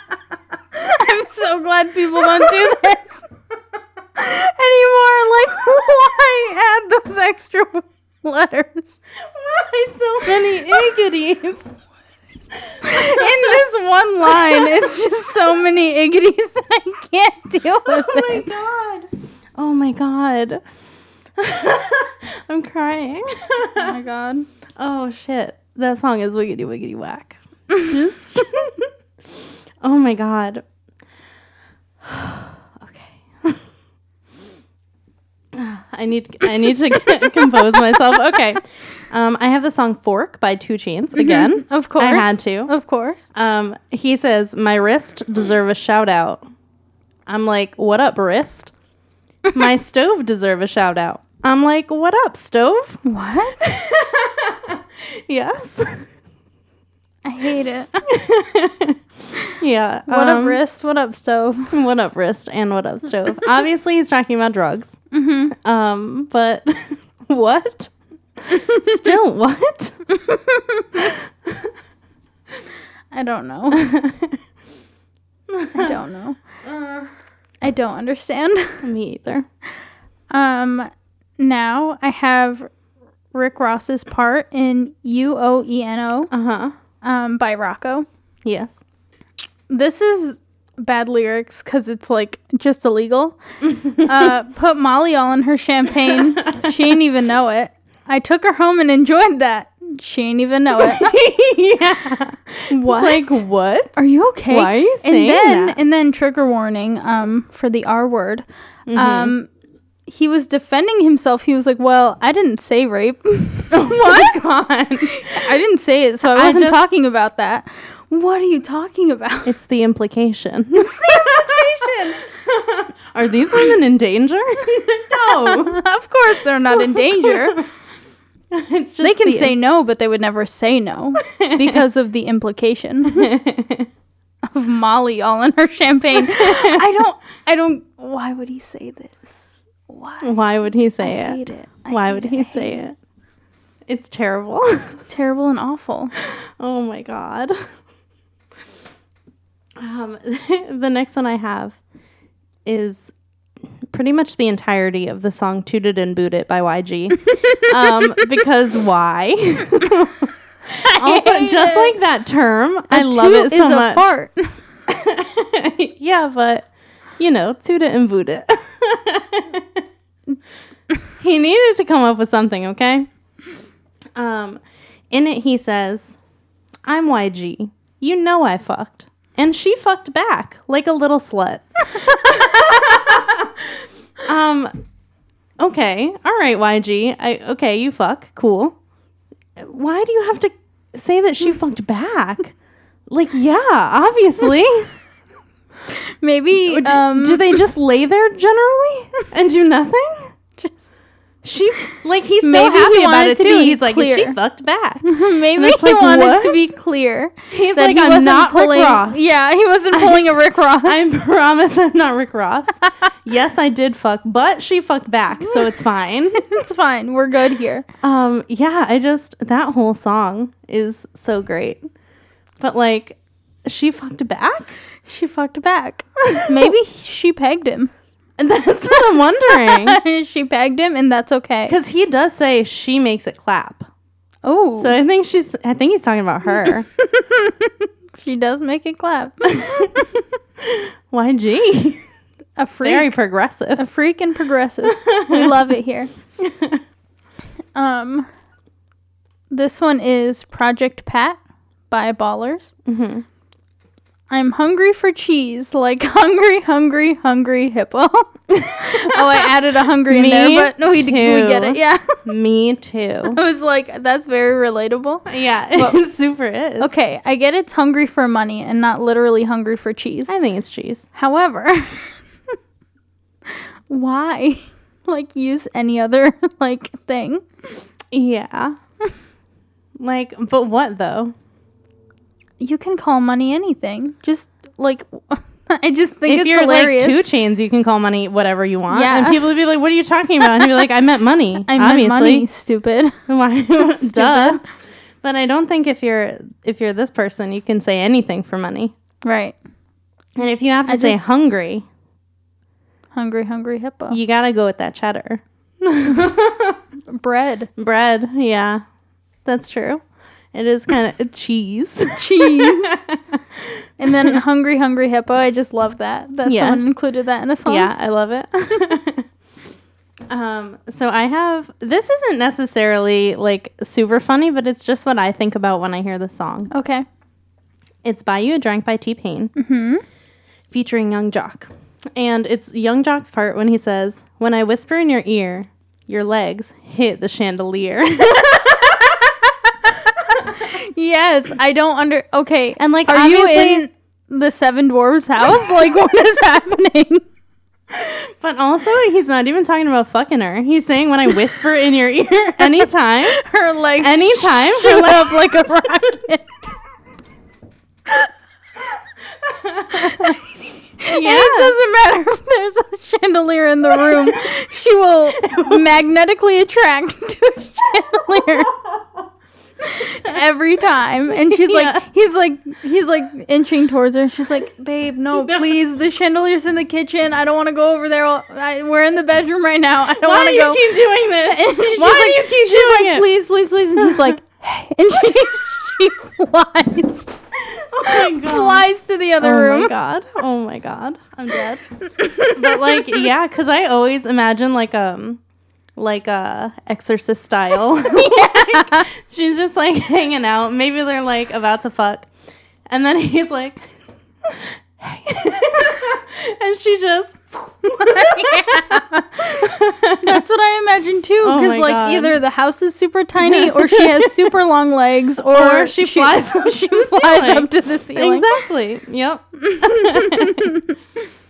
[SPEAKER 3] I'm so glad people don't do this anymore. Like, why add those extra letters?
[SPEAKER 2] Why so many iggities?
[SPEAKER 3] In this one line, it's just so many iggities that I can't deal with
[SPEAKER 2] Oh my
[SPEAKER 3] it.
[SPEAKER 2] god. Oh my god. I'm crying.
[SPEAKER 3] Oh my god.
[SPEAKER 2] Oh shit. That song is wiggity wiggity whack.
[SPEAKER 3] Hmm?
[SPEAKER 2] oh my god. okay. I need I need to get, compose myself. Okay. Um I have the song Fork by Two Chains again.
[SPEAKER 3] Mhm, of course.
[SPEAKER 2] I had to.
[SPEAKER 3] Of course.
[SPEAKER 2] Um he says my wrist deserve a shout out. I'm like, "What up, wrist?" My stove deserve a shout out. I'm like, "What up, stove?"
[SPEAKER 3] What?
[SPEAKER 2] yes.
[SPEAKER 3] I hate it.
[SPEAKER 2] yeah.
[SPEAKER 3] What
[SPEAKER 2] um,
[SPEAKER 3] up, wrist? What up, stove?
[SPEAKER 2] What up wrist and what up Uh, stove? Obviously, he's talking about drugs.
[SPEAKER 3] Mm-hmm.
[SPEAKER 2] Um, but Um, what? Still, what?
[SPEAKER 3] I don't know. I don't know.
[SPEAKER 2] Uh,
[SPEAKER 3] I don't understand.
[SPEAKER 2] me either.
[SPEAKER 3] Um, now I have Rick Ross's part in U O E N O
[SPEAKER 2] Uh huh.
[SPEAKER 3] um, by Rocco.
[SPEAKER 2] Yes.
[SPEAKER 3] This is bad lyrics because it's like just illegal. Uh, put Molly all in her champagne. She ain't even know it. I took her home and enjoyed that. She ain't even know it.
[SPEAKER 2] yeah.
[SPEAKER 3] What?
[SPEAKER 2] Like what?
[SPEAKER 3] Are you okay?
[SPEAKER 2] Why are you saying
[SPEAKER 3] and then
[SPEAKER 2] that?
[SPEAKER 3] and then trigger warning um for the R word.
[SPEAKER 2] Mm-hmm.
[SPEAKER 3] Um he was defending himself. He was like, "Well, I didn't say rape. Oh
[SPEAKER 2] What? God.
[SPEAKER 3] I didn't say it, so I
[SPEAKER 2] I
[SPEAKER 3] wasn't
[SPEAKER 2] just-
[SPEAKER 3] talking about that." What are you talking about?
[SPEAKER 2] It's the implication. Are these women in danger?
[SPEAKER 3] of course they're not in danger.
[SPEAKER 2] it's just
[SPEAKER 3] They can
[SPEAKER 2] the-
[SPEAKER 3] say no, but they would never say no because of the implication of Molly all in her champagne. I don't I don't why would he say this? Why?
[SPEAKER 2] Why would he say
[SPEAKER 3] I
[SPEAKER 2] it?
[SPEAKER 3] hate it. I
[SPEAKER 2] Why
[SPEAKER 3] hate
[SPEAKER 2] would
[SPEAKER 3] it.
[SPEAKER 2] he
[SPEAKER 3] I
[SPEAKER 2] say
[SPEAKER 3] hate
[SPEAKER 2] it? It's terrible.
[SPEAKER 3] Terrible and awful.
[SPEAKER 2] oh my god. Um, the next one I have is pretty much the entirety of the song "Toot It and Boot It" by YG. um, because why? also, just like that term, I love it so
[SPEAKER 3] is
[SPEAKER 2] much.
[SPEAKER 3] A fart.
[SPEAKER 2] yeah, but you know, toot it and boot it. he needed to come up with something, okay? Um, in it, he says, "I'm YG. You know I fucked, and she fucked back like a little slut." um, okay, all right, YG. I okay, you fuck, cool. Why do you have to say that she fucked back? Like, yeah, obviously.
[SPEAKER 3] Maybe
[SPEAKER 2] Do-
[SPEAKER 3] um
[SPEAKER 2] do they just lay there generally and do nothing? She like he's so
[SPEAKER 3] Maybe he
[SPEAKER 2] happy about
[SPEAKER 3] wanted
[SPEAKER 2] it
[SPEAKER 3] to
[SPEAKER 2] too.
[SPEAKER 3] be
[SPEAKER 2] he's like
[SPEAKER 3] clear.
[SPEAKER 2] she fucked back.
[SPEAKER 3] maybe
[SPEAKER 2] it's
[SPEAKER 3] he
[SPEAKER 2] like,
[SPEAKER 3] wanted to
[SPEAKER 2] what?
[SPEAKER 3] be clear
[SPEAKER 2] He's
[SPEAKER 3] that
[SPEAKER 2] like
[SPEAKER 3] he
[SPEAKER 2] I'm
[SPEAKER 3] wasn't
[SPEAKER 2] not
[SPEAKER 3] pulling
[SPEAKER 2] Rick Ross.
[SPEAKER 3] Yeah, he wasn't pulling a Rick Ross.
[SPEAKER 2] I promise I'm not Rick Ross. yes, I did fuck, but she fucked back, so it's fine.
[SPEAKER 3] it's fine. We're good here.
[SPEAKER 2] um, yeah, I just that whole song is so great, but like she fucked back.
[SPEAKER 3] She fucked back. Maybe she pegged him.
[SPEAKER 2] And that's what I'm wondering.
[SPEAKER 3] she pegged him, and that's okay.
[SPEAKER 2] Because he does say she makes it clap.
[SPEAKER 3] Oh,
[SPEAKER 2] So I think she's. I think he's talking about her.
[SPEAKER 3] she does make it clap.
[SPEAKER 2] YG.
[SPEAKER 3] a freak,
[SPEAKER 2] Very progressive.
[SPEAKER 3] a freak and progressive. we love it here. Um, this one is Project Pat by Ballers.
[SPEAKER 2] Mhm.
[SPEAKER 3] I'm hungry for cheese, like hungry, hungry, hungry hippo. oh, I added a hungry
[SPEAKER 2] Me
[SPEAKER 3] in there, but we, we
[SPEAKER 2] too.
[SPEAKER 3] get it. Yeah,
[SPEAKER 2] Me too.
[SPEAKER 3] I was like, that's very relatable.
[SPEAKER 2] Yeah,
[SPEAKER 3] Well-
[SPEAKER 2] it super is.
[SPEAKER 3] Okay, I get it's hungry for money and not literally hungry for cheese.
[SPEAKER 2] I think it's cheese.
[SPEAKER 3] However, why like use any other like thing?
[SPEAKER 2] Yeah. like, but what though?
[SPEAKER 3] You can call money anything. Just like I just
[SPEAKER 2] If
[SPEAKER 3] think it's
[SPEAKER 2] you're
[SPEAKER 3] hilarious.
[SPEAKER 2] like two chains, you can call money whatever you want,
[SPEAKER 3] Yeah.
[SPEAKER 2] and people would be like, "What are you talking about?" And you'd be like, "I meant money."
[SPEAKER 3] I meant money,
[SPEAKER 2] obviously.
[SPEAKER 3] stupid.
[SPEAKER 2] Why? Duh.
[SPEAKER 3] Stupid.
[SPEAKER 2] But I don't think if you're if you're this person, you can say anything for money.
[SPEAKER 3] Right.
[SPEAKER 2] And if you have to
[SPEAKER 3] I
[SPEAKER 2] say
[SPEAKER 3] just-
[SPEAKER 2] hungry,
[SPEAKER 3] Hungry, hungry hippo.
[SPEAKER 2] you gotta go with that cheddar.
[SPEAKER 3] Bread.
[SPEAKER 2] Bread, yeah, that's true. It is kind of cheese.
[SPEAKER 3] Cheese. And then hungry, hungry hippo. I just love that. That
[SPEAKER 2] Yeah.
[SPEAKER 3] someone included that in a song.
[SPEAKER 2] yeah, I love it. um, so I have this isn't necessarily like super funny, but it's just what I think about when I hear the song.
[SPEAKER 3] Okay.
[SPEAKER 2] It's "Buy You a Drink" by T Pain,
[SPEAKER 3] Mhm.
[SPEAKER 2] featuring Young Jock, and it's Young Jock's part when he says, "When I whisper in your ear, your legs hit the chandelier."
[SPEAKER 3] Yes, I don't under. Okay, and
[SPEAKER 2] like,
[SPEAKER 3] are you
[SPEAKER 2] obviously-
[SPEAKER 3] in the Seven Dwarves house? Like, what is happening?
[SPEAKER 2] But also, he's not even talking about fucking her. He's saying when I whisper in your ear anytime,
[SPEAKER 3] Her legs
[SPEAKER 2] anytime, her
[SPEAKER 3] shoot
[SPEAKER 2] leg-
[SPEAKER 3] up like a rocket. And it doesn't matter if there's a chandelier in the room; she will magnetically attract to a Chandler every time. And she's
[SPEAKER 2] Yeah.
[SPEAKER 3] like, he's like, he's like inching towards her. She's like, babe, no,
[SPEAKER 2] No.
[SPEAKER 3] please. The chandelier's in the kitchen. I don't want to go over there. I, we're in the bedroom right now. I don't
[SPEAKER 2] Why
[SPEAKER 3] want
[SPEAKER 2] do
[SPEAKER 3] to
[SPEAKER 2] you
[SPEAKER 3] go.
[SPEAKER 2] keep doing this?
[SPEAKER 3] And she's
[SPEAKER 2] Why do
[SPEAKER 3] like-
[SPEAKER 2] you keep
[SPEAKER 3] she's
[SPEAKER 2] doing
[SPEAKER 3] like,
[SPEAKER 2] it?
[SPEAKER 3] please, please, please. And he's like, and she, she flies.
[SPEAKER 2] Oh my God.
[SPEAKER 3] Flies to the other
[SPEAKER 2] oh
[SPEAKER 3] room.
[SPEAKER 2] my god. Oh my god. I'm dead. but like yeah, 'cause I always imagine like um like a exorcist style.
[SPEAKER 3] Yeah.
[SPEAKER 2] She's just like hanging out. Maybe they're like about to fuck. And then he's like and she just
[SPEAKER 3] That's what I imagine too.
[SPEAKER 2] Oh
[SPEAKER 3] Because
[SPEAKER 2] my
[SPEAKER 3] like
[SPEAKER 2] God.
[SPEAKER 3] either the house is super tiny, or she has super long legs, or,
[SPEAKER 2] Or she flies up
[SPEAKER 3] she
[SPEAKER 2] to the
[SPEAKER 3] flies
[SPEAKER 2] ceiling.
[SPEAKER 3] up to the ceiling.
[SPEAKER 2] Exactly. Yep.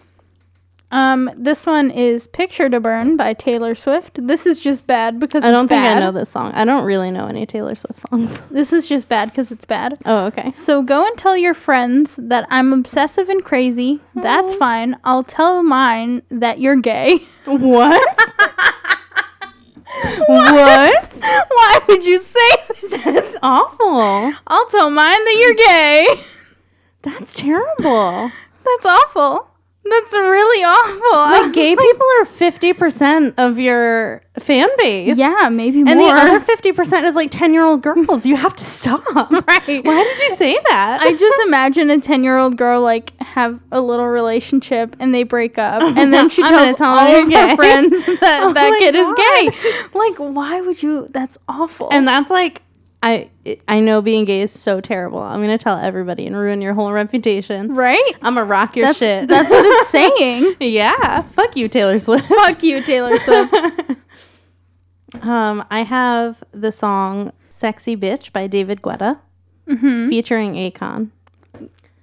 [SPEAKER 3] um, this one is "Picture to Burn" by Taylor Swift. This is just bad because
[SPEAKER 2] I don't
[SPEAKER 3] it's
[SPEAKER 2] think I
[SPEAKER 3] bad.
[SPEAKER 2] know this song. I don't really know any Taylor Swift songs.
[SPEAKER 3] This is just bad because it's bad.
[SPEAKER 2] Oh, okay.
[SPEAKER 3] So go and tell your friends that I'm obsessive and crazy. That's
[SPEAKER 2] Aw.
[SPEAKER 3] fine. I'll tell mine that you're gay.
[SPEAKER 2] What?
[SPEAKER 3] What? Why would you say
[SPEAKER 2] That's awful.
[SPEAKER 3] I'll tell mine that you're gay.
[SPEAKER 2] That's terrible.
[SPEAKER 3] That's awful. That's really awful.
[SPEAKER 2] Like gay people are fifty percent of your fan base.
[SPEAKER 3] Yeah, maybe
[SPEAKER 2] And
[SPEAKER 3] more.
[SPEAKER 2] the other fifty percent is like ten year old girls. You have to stop.
[SPEAKER 3] Right.
[SPEAKER 2] Why did you say that?
[SPEAKER 3] I just imagine a ten-year-old girl like have a little relationship and they break up, and then she
[SPEAKER 2] I'm
[SPEAKER 3] tells
[SPEAKER 2] gonna tell
[SPEAKER 3] all
[SPEAKER 2] her
[SPEAKER 3] of
[SPEAKER 2] you're
[SPEAKER 3] her
[SPEAKER 2] gay.
[SPEAKER 3] friends that
[SPEAKER 2] Oh
[SPEAKER 3] that
[SPEAKER 2] my
[SPEAKER 3] kid
[SPEAKER 2] God.
[SPEAKER 3] is gay. Like, why would you? That's awful.
[SPEAKER 2] And that's like I I know being gay is so terrible. I'm gonna tell everybody and ruin your whole reputation.
[SPEAKER 3] right?
[SPEAKER 2] I'm gonna rock your
[SPEAKER 3] That's
[SPEAKER 2] shit.
[SPEAKER 3] that's what it's saying.
[SPEAKER 2] yeah. Fuck you, Taylor Swift.
[SPEAKER 3] Fuck you, Taylor Swift.
[SPEAKER 2] um, I have the song "Sexy Bitch" by David Guetta
[SPEAKER 3] hmm
[SPEAKER 2] featuring Akon.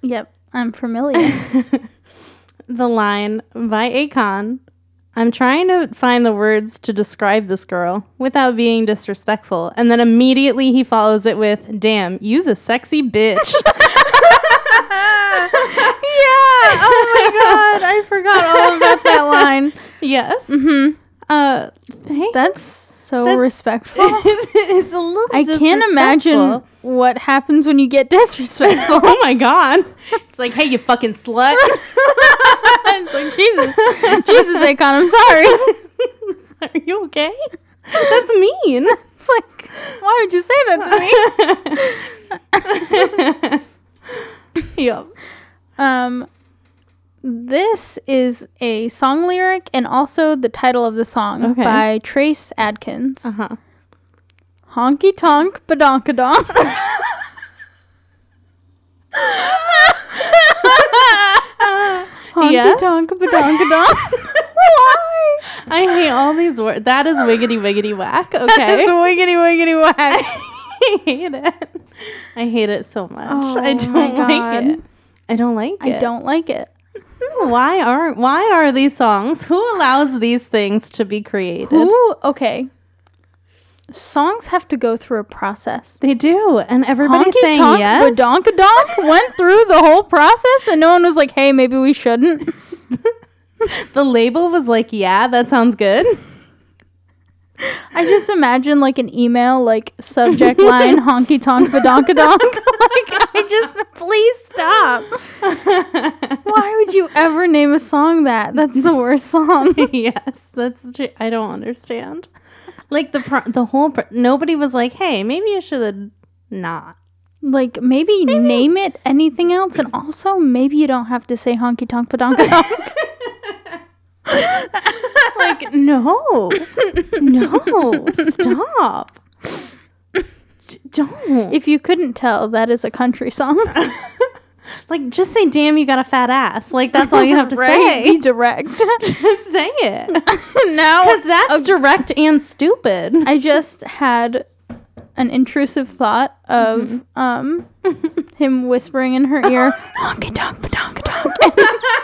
[SPEAKER 3] Yep, I'm familiar.
[SPEAKER 2] the line by Akon. I'm trying to find the words to describe this girl without being disrespectful, and then immediately he follows it with, "Damn, you's a sexy bitch."
[SPEAKER 3] yeah. Oh my god, I forgot all about that line.
[SPEAKER 2] yes.
[SPEAKER 3] Mhm.
[SPEAKER 2] Uh, thank-
[SPEAKER 3] That's so
[SPEAKER 2] That's-
[SPEAKER 3] respectful.
[SPEAKER 2] it's a little.
[SPEAKER 3] I can't imagine
[SPEAKER 2] disrespectful.
[SPEAKER 3] what happens when you get disrespectful.
[SPEAKER 2] oh my god. It's like, hey, you fucking slut.
[SPEAKER 3] it's like Jesus, Jesus, Akon, I'm sorry.
[SPEAKER 2] Are you okay? That's mean.
[SPEAKER 3] It's like, why would you say that to me?
[SPEAKER 2] yep.
[SPEAKER 3] Um, this is a song lyric and also the title of the song
[SPEAKER 2] Okay.
[SPEAKER 3] by Trace Adkins.
[SPEAKER 2] Uh huh.
[SPEAKER 3] Honky tonk, badonkadonk. Honky
[SPEAKER 2] Yes?
[SPEAKER 3] tonk, badonkadonk.
[SPEAKER 2] I hate all these words. That is wiggity wiggity whack. Okay.
[SPEAKER 3] That is wiggity wiggity whack.
[SPEAKER 2] I hate it. I hate it so much. I
[SPEAKER 3] Oh
[SPEAKER 2] don't
[SPEAKER 3] my
[SPEAKER 2] like
[SPEAKER 3] God.
[SPEAKER 2] it. I don't like it.
[SPEAKER 3] I don't like it.
[SPEAKER 2] Why are why are these songs? Who allows these things to be created?
[SPEAKER 3] Who? Okay. Songs have to go through a process.
[SPEAKER 2] They do, and everybody's
[SPEAKER 3] Honky
[SPEAKER 2] saying
[SPEAKER 3] Tonk
[SPEAKER 2] yes.
[SPEAKER 3] Badonkadonk went through the whole process and no one was like, hey, maybe we shouldn't.
[SPEAKER 2] the label was like, "Yeah, that sounds good."
[SPEAKER 3] I just imagine like an email, like subject line honky tonk badonkadonk. like I just please stop. Why would you ever name a song that? That's the worst song.
[SPEAKER 2] yes, that's tr- I don't understand. Like the pro- the whole pro- nobody was like, "Hey, maybe you should have not."
[SPEAKER 3] like maybe, name it anything else, and also maybe you don't have to say honky tonk badonkadonk.
[SPEAKER 2] like no, no, stop. D- don't.
[SPEAKER 3] If you couldn't tell, that is a country song.
[SPEAKER 2] like just say damn you got a fat ass like that's all you have to
[SPEAKER 3] Right? Be
[SPEAKER 2] say
[SPEAKER 3] direct.
[SPEAKER 2] just say it
[SPEAKER 3] now,
[SPEAKER 2] because that's direct and stupid
[SPEAKER 3] I just had an intrusive thought of
[SPEAKER 2] Mm-hmm.
[SPEAKER 3] um him whispering in her ear, honky tonk, badonka tonk.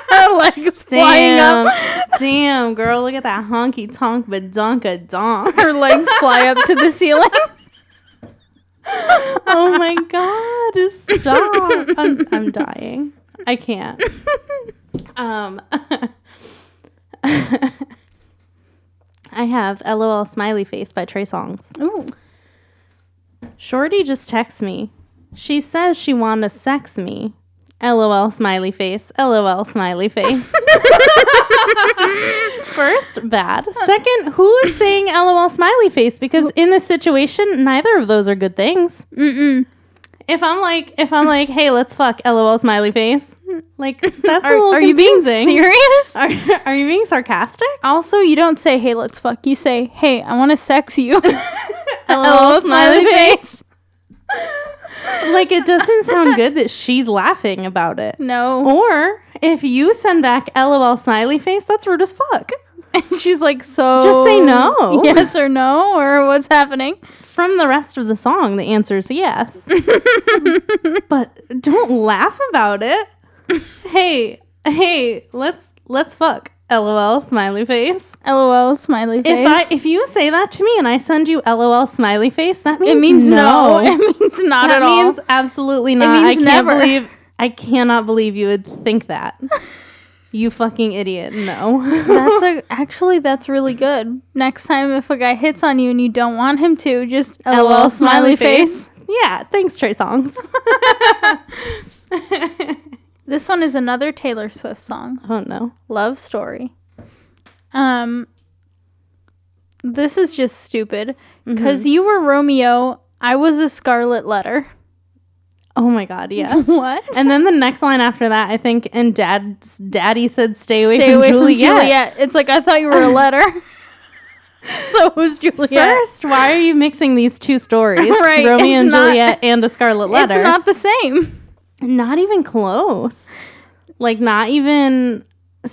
[SPEAKER 3] Her legs flying
[SPEAKER 2] damn
[SPEAKER 3] up.
[SPEAKER 2] damn girl look at that honky tonk badonka donk
[SPEAKER 3] Her legs fly up to the ceiling.
[SPEAKER 2] oh my god stop I'm, I'm dying i can't um i have lol smiley face by trey songs
[SPEAKER 3] Ooh.
[SPEAKER 2] Shorty just texts me. She says she wanna sex me. LOL smiley face. LOL smiley face. First, bad. Second, who is saying LOL smiley face? Because in this situation, neither of those are good things.
[SPEAKER 3] Mm-mm.
[SPEAKER 2] If I'm like, if I'm like, hey, let's fuck, LOL smiley face. Like that's a
[SPEAKER 3] Are,
[SPEAKER 2] little
[SPEAKER 3] are you being
[SPEAKER 2] confusing.
[SPEAKER 3] serious?
[SPEAKER 2] Are, are you being sarcastic?
[SPEAKER 3] Also, you don't say, hey, let's fuck. You say, hey, I want to sex you.
[SPEAKER 2] LOL smiley face. Like it doesn't sound good Oh. that she's laughing about it.
[SPEAKER 3] No.
[SPEAKER 2] Or if you send back LOL smiley face, that's rude as fuck.
[SPEAKER 3] And she's like, so.
[SPEAKER 2] Just say no.
[SPEAKER 3] Yes or no, or what's happening?
[SPEAKER 2] From the rest of the song, the answer is yes. But don't laugh about it. Hey, hey, let's let's fuck. LOL smiley face.
[SPEAKER 3] LOL, smiley
[SPEAKER 2] If
[SPEAKER 3] face.
[SPEAKER 2] I if you say that to me and I send you LOL smiley face, that means
[SPEAKER 3] it means no.
[SPEAKER 2] no.
[SPEAKER 3] It means not
[SPEAKER 2] that
[SPEAKER 3] at all.
[SPEAKER 2] means absolutely not.
[SPEAKER 3] means
[SPEAKER 2] I can't
[SPEAKER 3] never.
[SPEAKER 2] believe I cannot believe you would think that. you fucking idiot. No.
[SPEAKER 3] That's a, actually that's really good. Next time, if a guy hits on you and you don't want him to, just LOL, smiley, face.
[SPEAKER 2] Yeah, thanks, Trey Songs.
[SPEAKER 3] This one is another Taylor Swift song,
[SPEAKER 2] oh no.
[SPEAKER 3] "Love Story." Um, this is just stupid
[SPEAKER 2] Mm-hmm.
[SPEAKER 3] because you were Romeo, I was a Scarlet Letter.
[SPEAKER 2] Oh my god, yeah.
[SPEAKER 3] what?
[SPEAKER 2] and then the next line after that, I think, and dad, daddy said, "Stay away,
[SPEAKER 3] Stay
[SPEAKER 2] from,
[SPEAKER 3] away
[SPEAKER 2] Juliet.
[SPEAKER 3] from Juliet. It's like I thought you were a letter. so it was Juliet.
[SPEAKER 2] First, why are you mixing these two stories,
[SPEAKER 3] Right,
[SPEAKER 2] Romeo
[SPEAKER 3] it's
[SPEAKER 2] and
[SPEAKER 3] not-
[SPEAKER 2] Juliet and a Scarlet Letter?
[SPEAKER 3] It's not the same.
[SPEAKER 2] Not even close. Like not even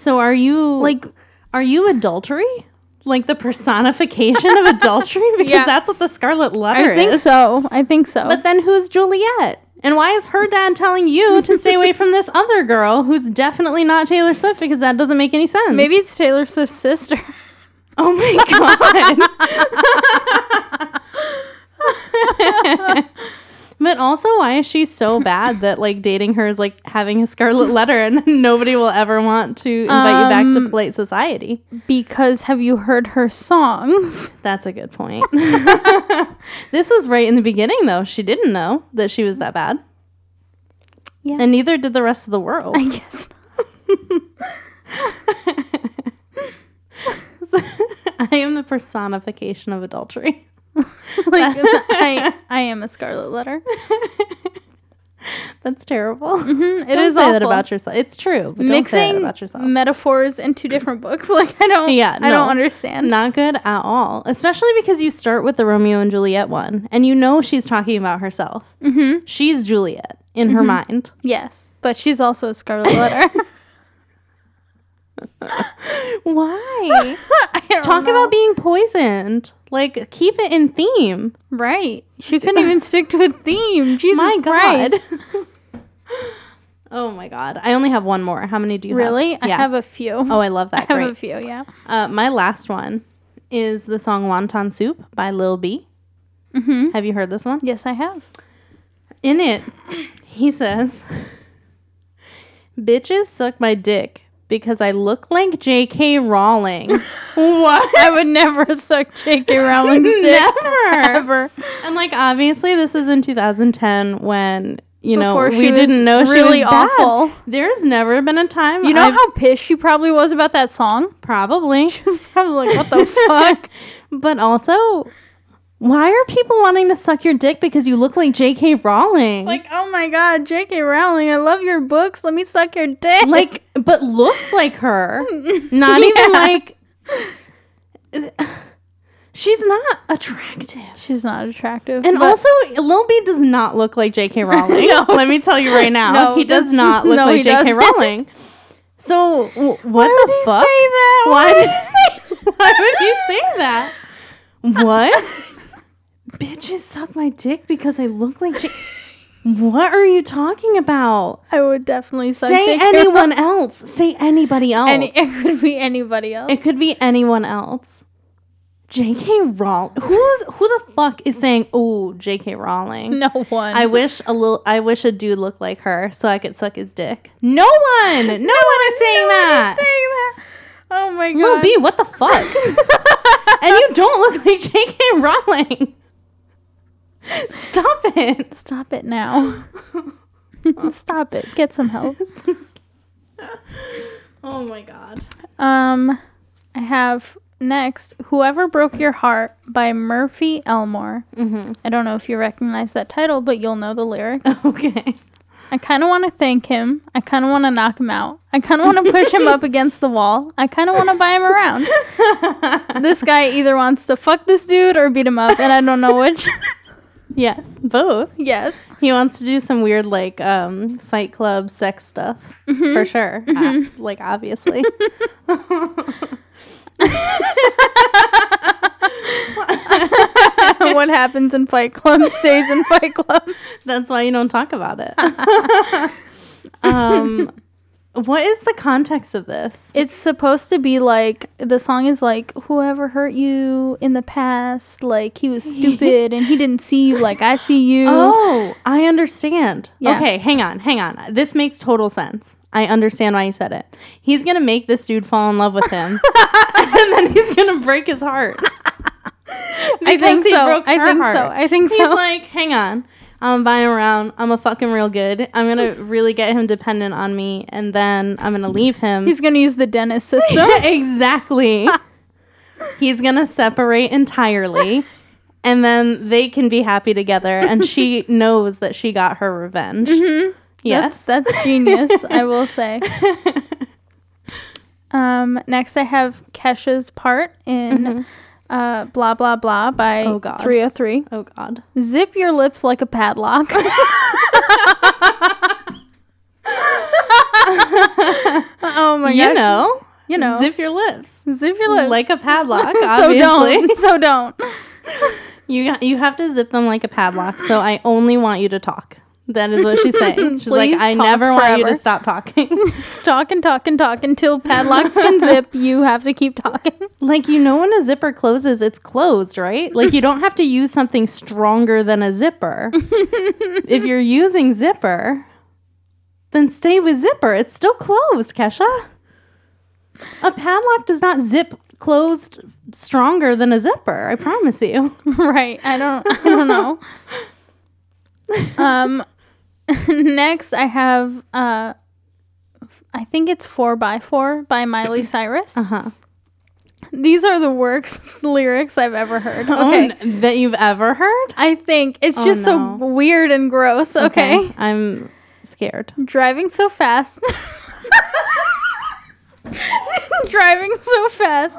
[SPEAKER 2] so are you like are you adultery? Like the personification of adultery? Because
[SPEAKER 3] Yeah.
[SPEAKER 2] that's what the Scarlet Letter
[SPEAKER 3] I think
[SPEAKER 2] is.
[SPEAKER 3] so. I think so.
[SPEAKER 2] But then who's Juliet? And why is her dad telling you to stay away from this other girl who's definitely not Taylor Swift because that doesn't make any sense?
[SPEAKER 3] Maybe it's Taylor Swift's sister.
[SPEAKER 2] Oh my god. but also why is she so bad that like dating her is like having a scarlet letter and nobody will ever want to invite you back to
[SPEAKER 3] Um,
[SPEAKER 2] polite society?
[SPEAKER 3] because have you heard her songs?
[SPEAKER 2] That's a good point. this was right in the beginning though. She didn't know that she was that bad.
[SPEAKER 3] Yeah.
[SPEAKER 2] And neither did the rest of the world.
[SPEAKER 3] I guess.
[SPEAKER 2] I am the personification of adultery.
[SPEAKER 3] Like I, I am a scarlet letter.
[SPEAKER 2] That's terrible.
[SPEAKER 3] Mm-hmm.
[SPEAKER 2] It is all that about yourself. It's true. But don't say that
[SPEAKER 3] Mixing
[SPEAKER 2] about yourself.
[SPEAKER 3] metaphors in two different books. Like I don't.
[SPEAKER 2] Yeah,
[SPEAKER 3] I
[SPEAKER 2] no.
[SPEAKER 3] don't understand.
[SPEAKER 2] Not good at all. Especially because you start with the Romeo and Juliet one, and you know she's talking about herself.
[SPEAKER 3] Mm-hmm.
[SPEAKER 2] She's Juliet in her mind.
[SPEAKER 3] Yes, but she's also a scarlet letter.
[SPEAKER 2] Why?
[SPEAKER 3] I don't
[SPEAKER 2] Talk
[SPEAKER 3] know.
[SPEAKER 2] about being poisoned. Like, keep it in theme.
[SPEAKER 3] right. She couldn't even stick to a theme. Jesus
[SPEAKER 2] My
[SPEAKER 3] Christ.
[SPEAKER 2] God. oh my God. I only have one more. How many do you
[SPEAKER 3] Really?
[SPEAKER 2] have?
[SPEAKER 3] I have a few.
[SPEAKER 2] Oh, I love
[SPEAKER 3] I
[SPEAKER 2] that.
[SPEAKER 3] have
[SPEAKER 2] Great.
[SPEAKER 3] a few. Yeah.
[SPEAKER 2] Uh, my last one is the song Wonton Soup by Lil B.
[SPEAKER 3] Mm-hmm.
[SPEAKER 2] Have you heard this one?
[SPEAKER 3] Yes, I have.
[SPEAKER 2] In it, he says, Bitches suck my dick because I look like J.K. Rowling.
[SPEAKER 3] What? I would never suck J.K. Rowling's dick.
[SPEAKER 2] Never.
[SPEAKER 3] Ever.
[SPEAKER 2] And, like, obviously, this is in 2010 when, you
[SPEAKER 3] Before
[SPEAKER 2] know,
[SPEAKER 3] she
[SPEAKER 2] we
[SPEAKER 3] was
[SPEAKER 2] didn't know she
[SPEAKER 3] really
[SPEAKER 2] was bad.
[SPEAKER 3] awful.
[SPEAKER 2] There's never been a time
[SPEAKER 3] You know
[SPEAKER 2] I've-
[SPEAKER 3] how pissed she probably was about that song?
[SPEAKER 2] Probably.
[SPEAKER 3] Probably like, what the fuck?
[SPEAKER 2] But also, why are people wanting to suck your dick because you look like J.K. Rowling?
[SPEAKER 3] Like, oh my god, J.K. Rowling, I love your books. Let me suck your dick.
[SPEAKER 2] like, but looks like her. Not even
[SPEAKER 3] Yeah.
[SPEAKER 2] like. She's not attractive.
[SPEAKER 3] she's not attractive.
[SPEAKER 2] And
[SPEAKER 3] but-
[SPEAKER 2] also, Lil B does not look like J.K. Rowling.
[SPEAKER 3] No.
[SPEAKER 2] Let me tell you right now,
[SPEAKER 3] No,
[SPEAKER 2] he does
[SPEAKER 3] this-
[SPEAKER 2] not look
[SPEAKER 3] no,
[SPEAKER 2] like
[SPEAKER 3] he
[SPEAKER 2] J.K.
[SPEAKER 3] doesn't.
[SPEAKER 2] Rowling. So w- what
[SPEAKER 3] Why
[SPEAKER 2] the
[SPEAKER 3] would he
[SPEAKER 2] fuck?
[SPEAKER 3] say that?
[SPEAKER 2] Why
[SPEAKER 3] Why
[SPEAKER 2] did
[SPEAKER 3] would he say-
[SPEAKER 2] Why would you say that? What? Bitches suck my dick because I look like. J- what are you talking about?
[SPEAKER 3] I would definitely suck
[SPEAKER 2] Say
[SPEAKER 3] J.K.
[SPEAKER 2] anyone else. Say anybody else.
[SPEAKER 3] Any, it could be anybody else.
[SPEAKER 2] it could be anyone else. J.K. Rowling. Who's who the fuck is saying? Oh, J.K. Rowling.
[SPEAKER 3] no one.
[SPEAKER 2] I wish a little. I wish a dude looked like her so I could suck his dick. No one. No, one is saying that.
[SPEAKER 3] Saying that. Oh my god.
[SPEAKER 2] Lil B, what the fuck? and you don't look like J.K. Rowling. Stop it.
[SPEAKER 3] Stop it now. Stop it. Get some help.
[SPEAKER 2] oh my god.
[SPEAKER 3] Um, I have next Whoever Broke Your Heart by Murphy Elmore.
[SPEAKER 2] Mm-hmm.
[SPEAKER 3] I don't know if you recognize that title, but you'll know the lyric.
[SPEAKER 2] Okay.
[SPEAKER 3] I kind of want to thank him. I kind of want to knock him out. I kind of want to push him up against the wall. I kind of want to buy him around. This guy either wants to fuck this dude or beat him up, and I don't know which.
[SPEAKER 2] Yes, both.
[SPEAKER 3] yes.
[SPEAKER 2] He wants to do some weird like um Fight Club sex stuff
[SPEAKER 3] Mhm.
[SPEAKER 2] for sure. Ah,
[SPEAKER 3] Mhm.
[SPEAKER 2] like obviously.
[SPEAKER 3] what happens in Fight Club stays in Fight Club.
[SPEAKER 2] That's why you don't talk about it. um what is the context of this?
[SPEAKER 3] It's supposed to be like the song is like whoever hurt you in the past, like he was stupid and he didn't see you like I see you.
[SPEAKER 2] Oh, I understand.
[SPEAKER 3] Yeah.
[SPEAKER 2] Okay, hang on, hang on. This makes total sense. I understand why you said it. He's gonna make this dude fall in love with him, and then he's gonna break his heart.
[SPEAKER 3] I think
[SPEAKER 2] Because he
[SPEAKER 3] so.
[SPEAKER 2] broke
[SPEAKER 3] I
[SPEAKER 2] her
[SPEAKER 3] think
[SPEAKER 2] heart.
[SPEAKER 3] so. I think
[SPEAKER 2] He's
[SPEAKER 3] so.
[SPEAKER 2] like, hang on. I'm buying around. I'm a fucking real good. I'm gonna really get him dependent on me, and then I'm gonna leave him.
[SPEAKER 3] He's gonna use the Dennis system.
[SPEAKER 2] Yeah, exactly. He's gonna separate entirely, and then they can be happy together. And she knows that she got her revenge.
[SPEAKER 3] Mhm.
[SPEAKER 2] Yes,
[SPEAKER 3] That's, that's genius, I will say. Um, next, I have Kesha's part in uh, Blah Blah Blah by
[SPEAKER 2] Mm-hmm. Oh, God.
[SPEAKER 3] 303.
[SPEAKER 2] oh God.
[SPEAKER 3] Zip your lips like a padlock. oh my
[SPEAKER 2] you
[SPEAKER 3] gosh.
[SPEAKER 2] know,
[SPEAKER 3] You know.
[SPEAKER 2] zip your lips
[SPEAKER 3] Zip your lips.
[SPEAKER 2] like a padlock.
[SPEAKER 3] so
[SPEAKER 2] Obviously,
[SPEAKER 3] don't. So don't.
[SPEAKER 2] you got, you have to zip them like a padlock. So I only want you to talk. That is what she's saying. She's like,
[SPEAKER 3] Please
[SPEAKER 2] I
[SPEAKER 3] talk
[SPEAKER 2] never want you
[SPEAKER 3] forever."
[SPEAKER 2] to stop talking.
[SPEAKER 3] Talk and talk and talk until padlocks can zip. You have to keep talking.
[SPEAKER 2] Like you know when a zipper closes, it's closed, right? Like you don't have to use something stronger than a zipper. if you're using zipper, then stay with zipper. It's still closed, Kesha. A padlock does not zip closed stronger than a zipper, I promise you.
[SPEAKER 3] right. I don't. I don't know. Um, next I have uh, I think it's Four by Four by Miley Cyrus.
[SPEAKER 2] Uh-huh.
[SPEAKER 3] These are the worst lyrics I've ever heard. Okay.
[SPEAKER 2] Okay. Oh, that you've ever heard?
[SPEAKER 3] I think it's
[SPEAKER 2] Oh,
[SPEAKER 3] just
[SPEAKER 2] no.
[SPEAKER 3] so weird and gross. Okay.
[SPEAKER 2] I'm scared.
[SPEAKER 3] Driving so fast. Driving so fast.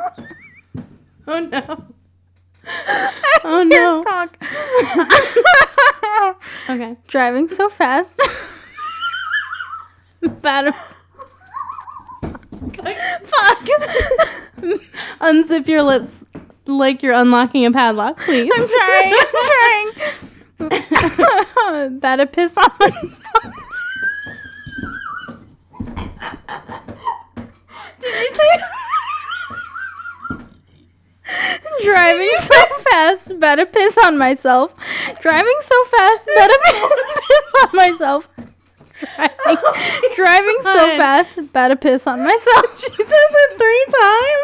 [SPEAKER 2] Oh no.
[SPEAKER 3] I
[SPEAKER 2] Oh,
[SPEAKER 3] can't
[SPEAKER 2] no.
[SPEAKER 3] talk.
[SPEAKER 2] Okay.
[SPEAKER 3] Driving so fast. Bottom. Fuck.
[SPEAKER 2] Unzip your lips like you're unlocking a padlock, please.
[SPEAKER 3] I'm trying. I'm trying. that a piss off. Did you say? Driving so fast, better piss on myself. Driving so fast, better piss on myself. Driving, driving so
[SPEAKER 2] God.
[SPEAKER 3] fast, better piss on myself.
[SPEAKER 2] She says it three times.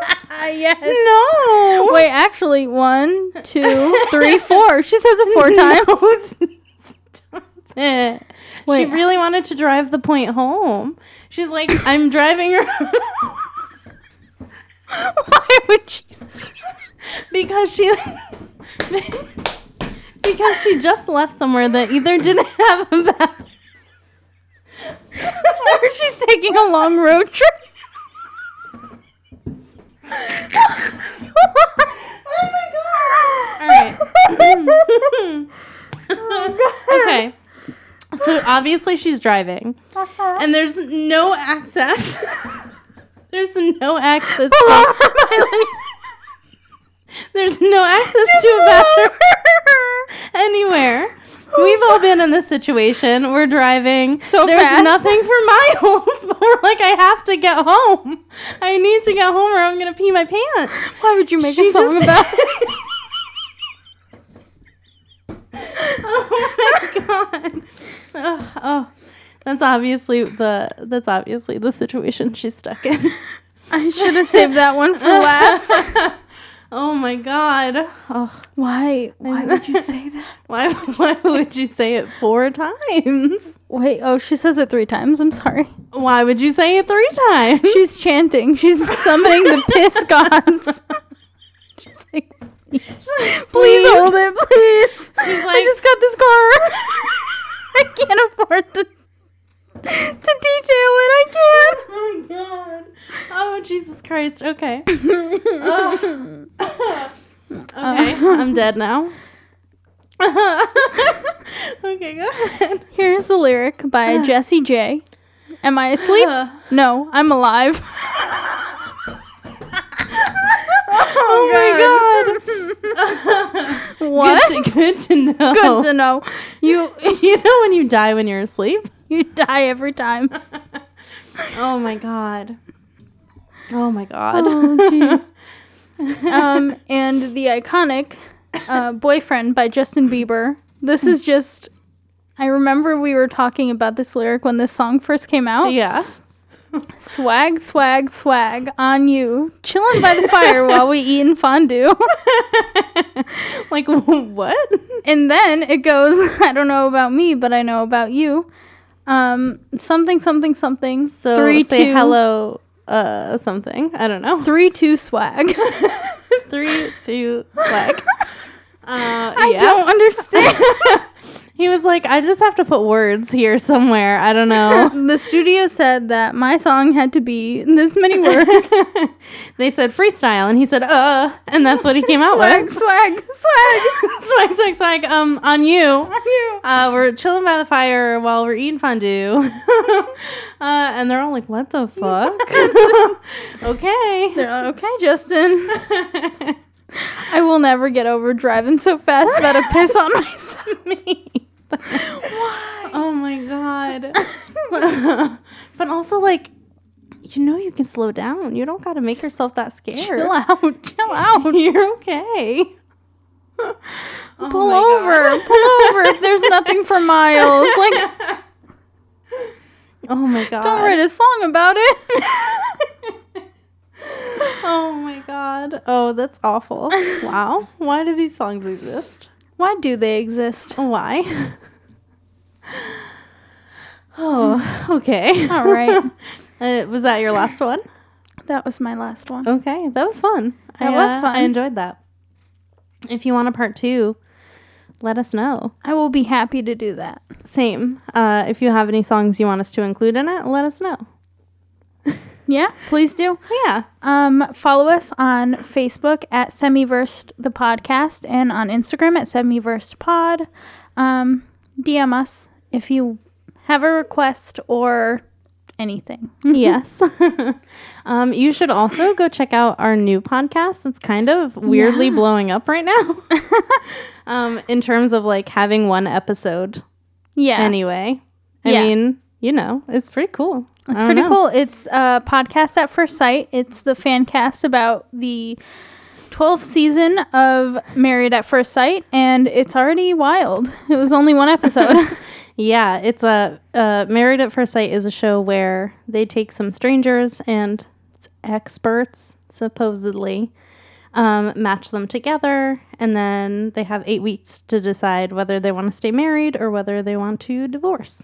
[SPEAKER 3] yes.
[SPEAKER 2] No.
[SPEAKER 3] Wait, actually, one, two, three, four. She says it four times.
[SPEAKER 2] No. Eh.
[SPEAKER 3] Wait.
[SPEAKER 2] She really wanted to drive the point home. She's like, I'm driving her
[SPEAKER 3] Why would she?
[SPEAKER 2] because she because she just left somewhere that either didn't have a bath
[SPEAKER 3] or she's taking a long road trip. oh
[SPEAKER 2] Alright. okay. So obviously she's driving, and there's no access. there's no access.
[SPEAKER 3] Pull
[SPEAKER 2] To,
[SPEAKER 3] over, Miley.
[SPEAKER 2] there's no access to a bathroom anywhere. We've all been in this situation. We're driving.
[SPEAKER 3] So
[SPEAKER 2] there's
[SPEAKER 3] fast.
[SPEAKER 2] nothing for miles, but we're like, I have to get home. I need to get home, or I'm gonna pee my pants.
[SPEAKER 3] Why would you make
[SPEAKER 2] She
[SPEAKER 3] a song
[SPEAKER 2] just-
[SPEAKER 3] about
[SPEAKER 2] oh my god. Ugh, oh, that's obviously the that's obviously the situation she's stuck in.
[SPEAKER 3] I should have saved that one for last.
[SPEAKER 2] Oh my god. Oh,
[SPEAKER 3] Why? Why would you say that?
[SPEAKER 2] why why would you say it four times?
[SPEAKER 3] Wait, oh, she says it three times. I'm sorry.
[SPEAKER 2] Why would you say it three times?
[SPEAKER 3] She's chanting. She's summoning the piss gods. She's like, please,
[SPEAKER 2] Please.
[SPEAKER 3] hold it, please.
[SPEAKER 2] She's
[SPEAKER 3] I
[SPEAKER 2] like-
[SPEAKER 3] just got this car. I can't afford to to detail it. I can't.
[SPEAKER 2] Oh my god. Oh Jesus Christ. Okay.
[SPEAKER 3] Oh.
[SPEAKER 2] okay,
[SPEAKER 3] Uh,
[SPEAKER 2] Uh, I'm dead now. okay, go ahead.
[SPEAKER 3] Here's the lyric
[SPEAKER 2] Uh.
[SPEAKER 3] by Jesse J. Am I asleep? No, I'm alive.
[SPEAKER 2] Oh
[SPEAKER 3] my god. what?
[SPEAKER 2] Good to, good to know.
[SPEAKER 3] Good to know.
[SPEAKER 2] You you know when you die when you're asleep?
[SPEAKER 3] You die every time.
[SPEAKER 2] oh my god. Oh my god.
[SPEAKER 3] Oh, Um, and the iconic uh, Boyfriend by Justin Bieber. This is just. I remember we were talking about this lyric when this song first came out.
[SPEAKER 2] yeah.
[SPEAKER 3] Swag, swag, swag on you. Chillin' by the fire while we eatin' fondue.
[SPEAKER 2] like what?
[SPEAKER 3] and then it goes, I don't know about me, but I know about you. Um, something, something, something.
[SPEAKER 2] So
[SPEAKER 3] three,
[SPEAKER 2] say
[SPEAKER 3] two,
[SPEAKER 2] hello uh something. I don't know.
[SPEAKER 3] Three, two, swag.
[SPEAKER 2] Three, two, black. Uh,
[SPEAKER 3] I
[SPEAKER 2] yeah.
[SPEAKER 3] don't understand.
[SPEAKER 2] he was like, I just have to put words here somewhere. I don't know.
[SPEAKER 3] the studio said that my song had to be this many words.
[SPEAKER 2] they said freestyle, and he said, uh, and that's what he came out
[SPEAKER 3] swag,
[SPEAKER 2] with.
[SPEAKER 3] swag, swag.
[SPEAKER 2] swag, swag, swag, um, on you.
[SPEAKER 3] You.
[SPEAKER 2] Uh, we're chilling by the fire while we're eating fondue. uh, and they're all like, what the fuck? okay.
[SPEAKER 3] They're like, okay, Justin. I will never get over driving so fast about a piss on myself.
[SPEAKER 2] me.
[SPEAKER 3] Why?
[SPEAKER 2] Oh my god. but also like you know you can slow down. You don't gotta make yourself that scared.
[SPEAKER 3] Chill out. Chill out.
[SPEAKER 2] You're okay. Oh
[SPEAKER 3] Pull
[SPEAKER 2] my
[SPEAKER 3] over.
[SPEAKER 2] God.
[SPEAKER 3] Pull over if there's nothing for miles. Like,
[SPEAKER 2] Oh my god.
[SPEAKER 3] don't write a song about it.
[SPEAKER 2] Oh my god. Oh, that's awful. Wow. Why do these songs exist?
[SPEAKER 3] Why do they exist?
[SPEAKER 2] Why? Oh, okay.
[SPEAKER 3] All right.
[SPEAKER 2] uh, was that your last one?
[SPEAKER 3] That was my last one.
[SPEAKER 2] Okay, that was fun.
[SPEAKER 3] That
[SPEAKER 2] I,
[SPEAKER 3] was
[SPEAKER 2] uh,
[SPEAKER 3] fun.
[SPEAKER 2] I enjoyed that. If you want a part two, let us know.
[SPEAKER 3] I will be happy to do that.
[SPEAKER 2] Same. Uh, if you have any songs you want us to include in it, let us know.
[SPEAKER 3] Yeah, please do.
[SPEAKER 2] Yeah.
[SPEAKER 3] Um, follow us on Facebook at Semiversed the podcast and on Instagram at Semiversed Pod. Um, DM us if you have a request or anything.
[SPEAKER 2] yes. um, you should also go check out our new podcast. It's kind of weirdly
[SPEAKER 3] Yeah.
[SPEAKER 2] blowing up right now. um, in terms of like having one episode
[SPEAKER 3] yeah.
[SPEAKER 2] anyway. I
[SPEAKER 3] Yeah.
[SPEAKER 2] mean, you know, it's pretty cool.
[SPEAKER 3] It's pretty cool. It's a podcast at first sight. It's the fan cast about the 12th season of Married at First Sight, and it's already wild. It was only one episode.
[SPEAKER 2] Yeah, it's a uh, Married at First Sight is a show where they take some strangers and experts supposedly um, match them together, and then they have eight weeks to decide whether they want to stay married or whether they want to divorce.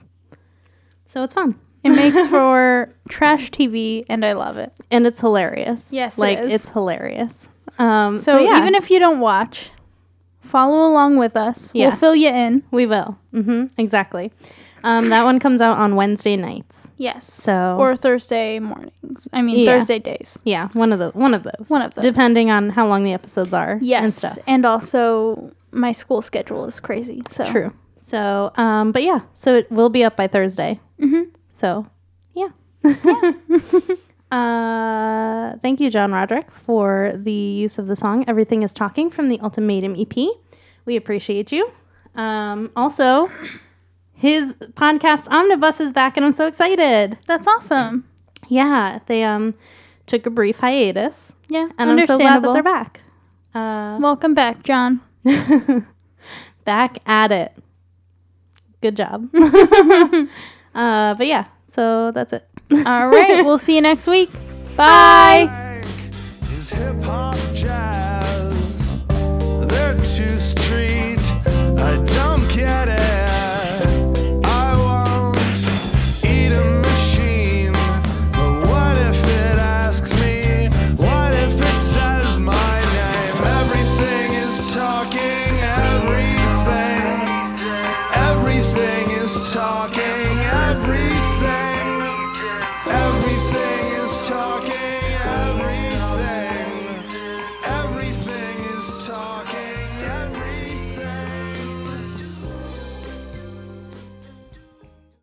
[SPEAKER 2] So it's fun
[SPEAKER 3] it makes for trash TV, and I love it.
[SPEAKER 2] and it's hilarious.
[SPEAKER 3] Yes, it
[SPEAKER 2] like
[SPEAKER 3] is.
[SPEAKER 2] it's hilarious. Um,
[SPEAKER 3] So,
[SPEAKER 2] yeah,
[SPEAKER 3] even if you don't watch, follow along with us.
[SPEAKER 2] Yeah.
[SPEAKER 3] We'll fill you in.
[SPEAKER 2] we will, hmm exactly. Um, that one comes out on Wednesday nights.
[SPEAKER 3] Yes.
[SPEAKER 2] So
[SPEAKER 3] Or Thursday mornings. I mean,
[SPEAKER 2] Yeah.
[SPEAKER 3] Thursday days.
[SPEAKER 2] Yeah, one of the one of those.
[SPEAKER 3] One of those.
[SPEAKER 2] Depending on how long the episodes are.
[SPEAKER 3] Yes.
[SPEAKER 2] And stuff.
[SPEAKER 3] and also, my school schedule is crazy. So
[SPEAKER 2] True. So, um, but yeah, so it will be up by Thursday.
[SPEAKER 3] hmm
[SPEAKER 2] So, yeah. uh, thank you, John Roderick, for the use of the song "Everything Is Talking" from the Ultimatum EP. We appreciate you. Um, also, his podcast Omnibus is back, and I'm so excited.
[SPEAKER 3] That's awesome.
[SPEAKER 2] Yeah, they um took a brief hiatus,
[SPEAKER 3] Yeah,
[SPEAKER 2] and I'm so
[SPEAKER 3] understandable.
[SPEAKER 2] glad that they're back. Uh,
[SPEAKER 3] Welcome back, John.
[SPEAKER 2] back at it. Good job. uh, but yeah, so that's it.
[SPEAKER 3] All right, we'll see you next week. Bye.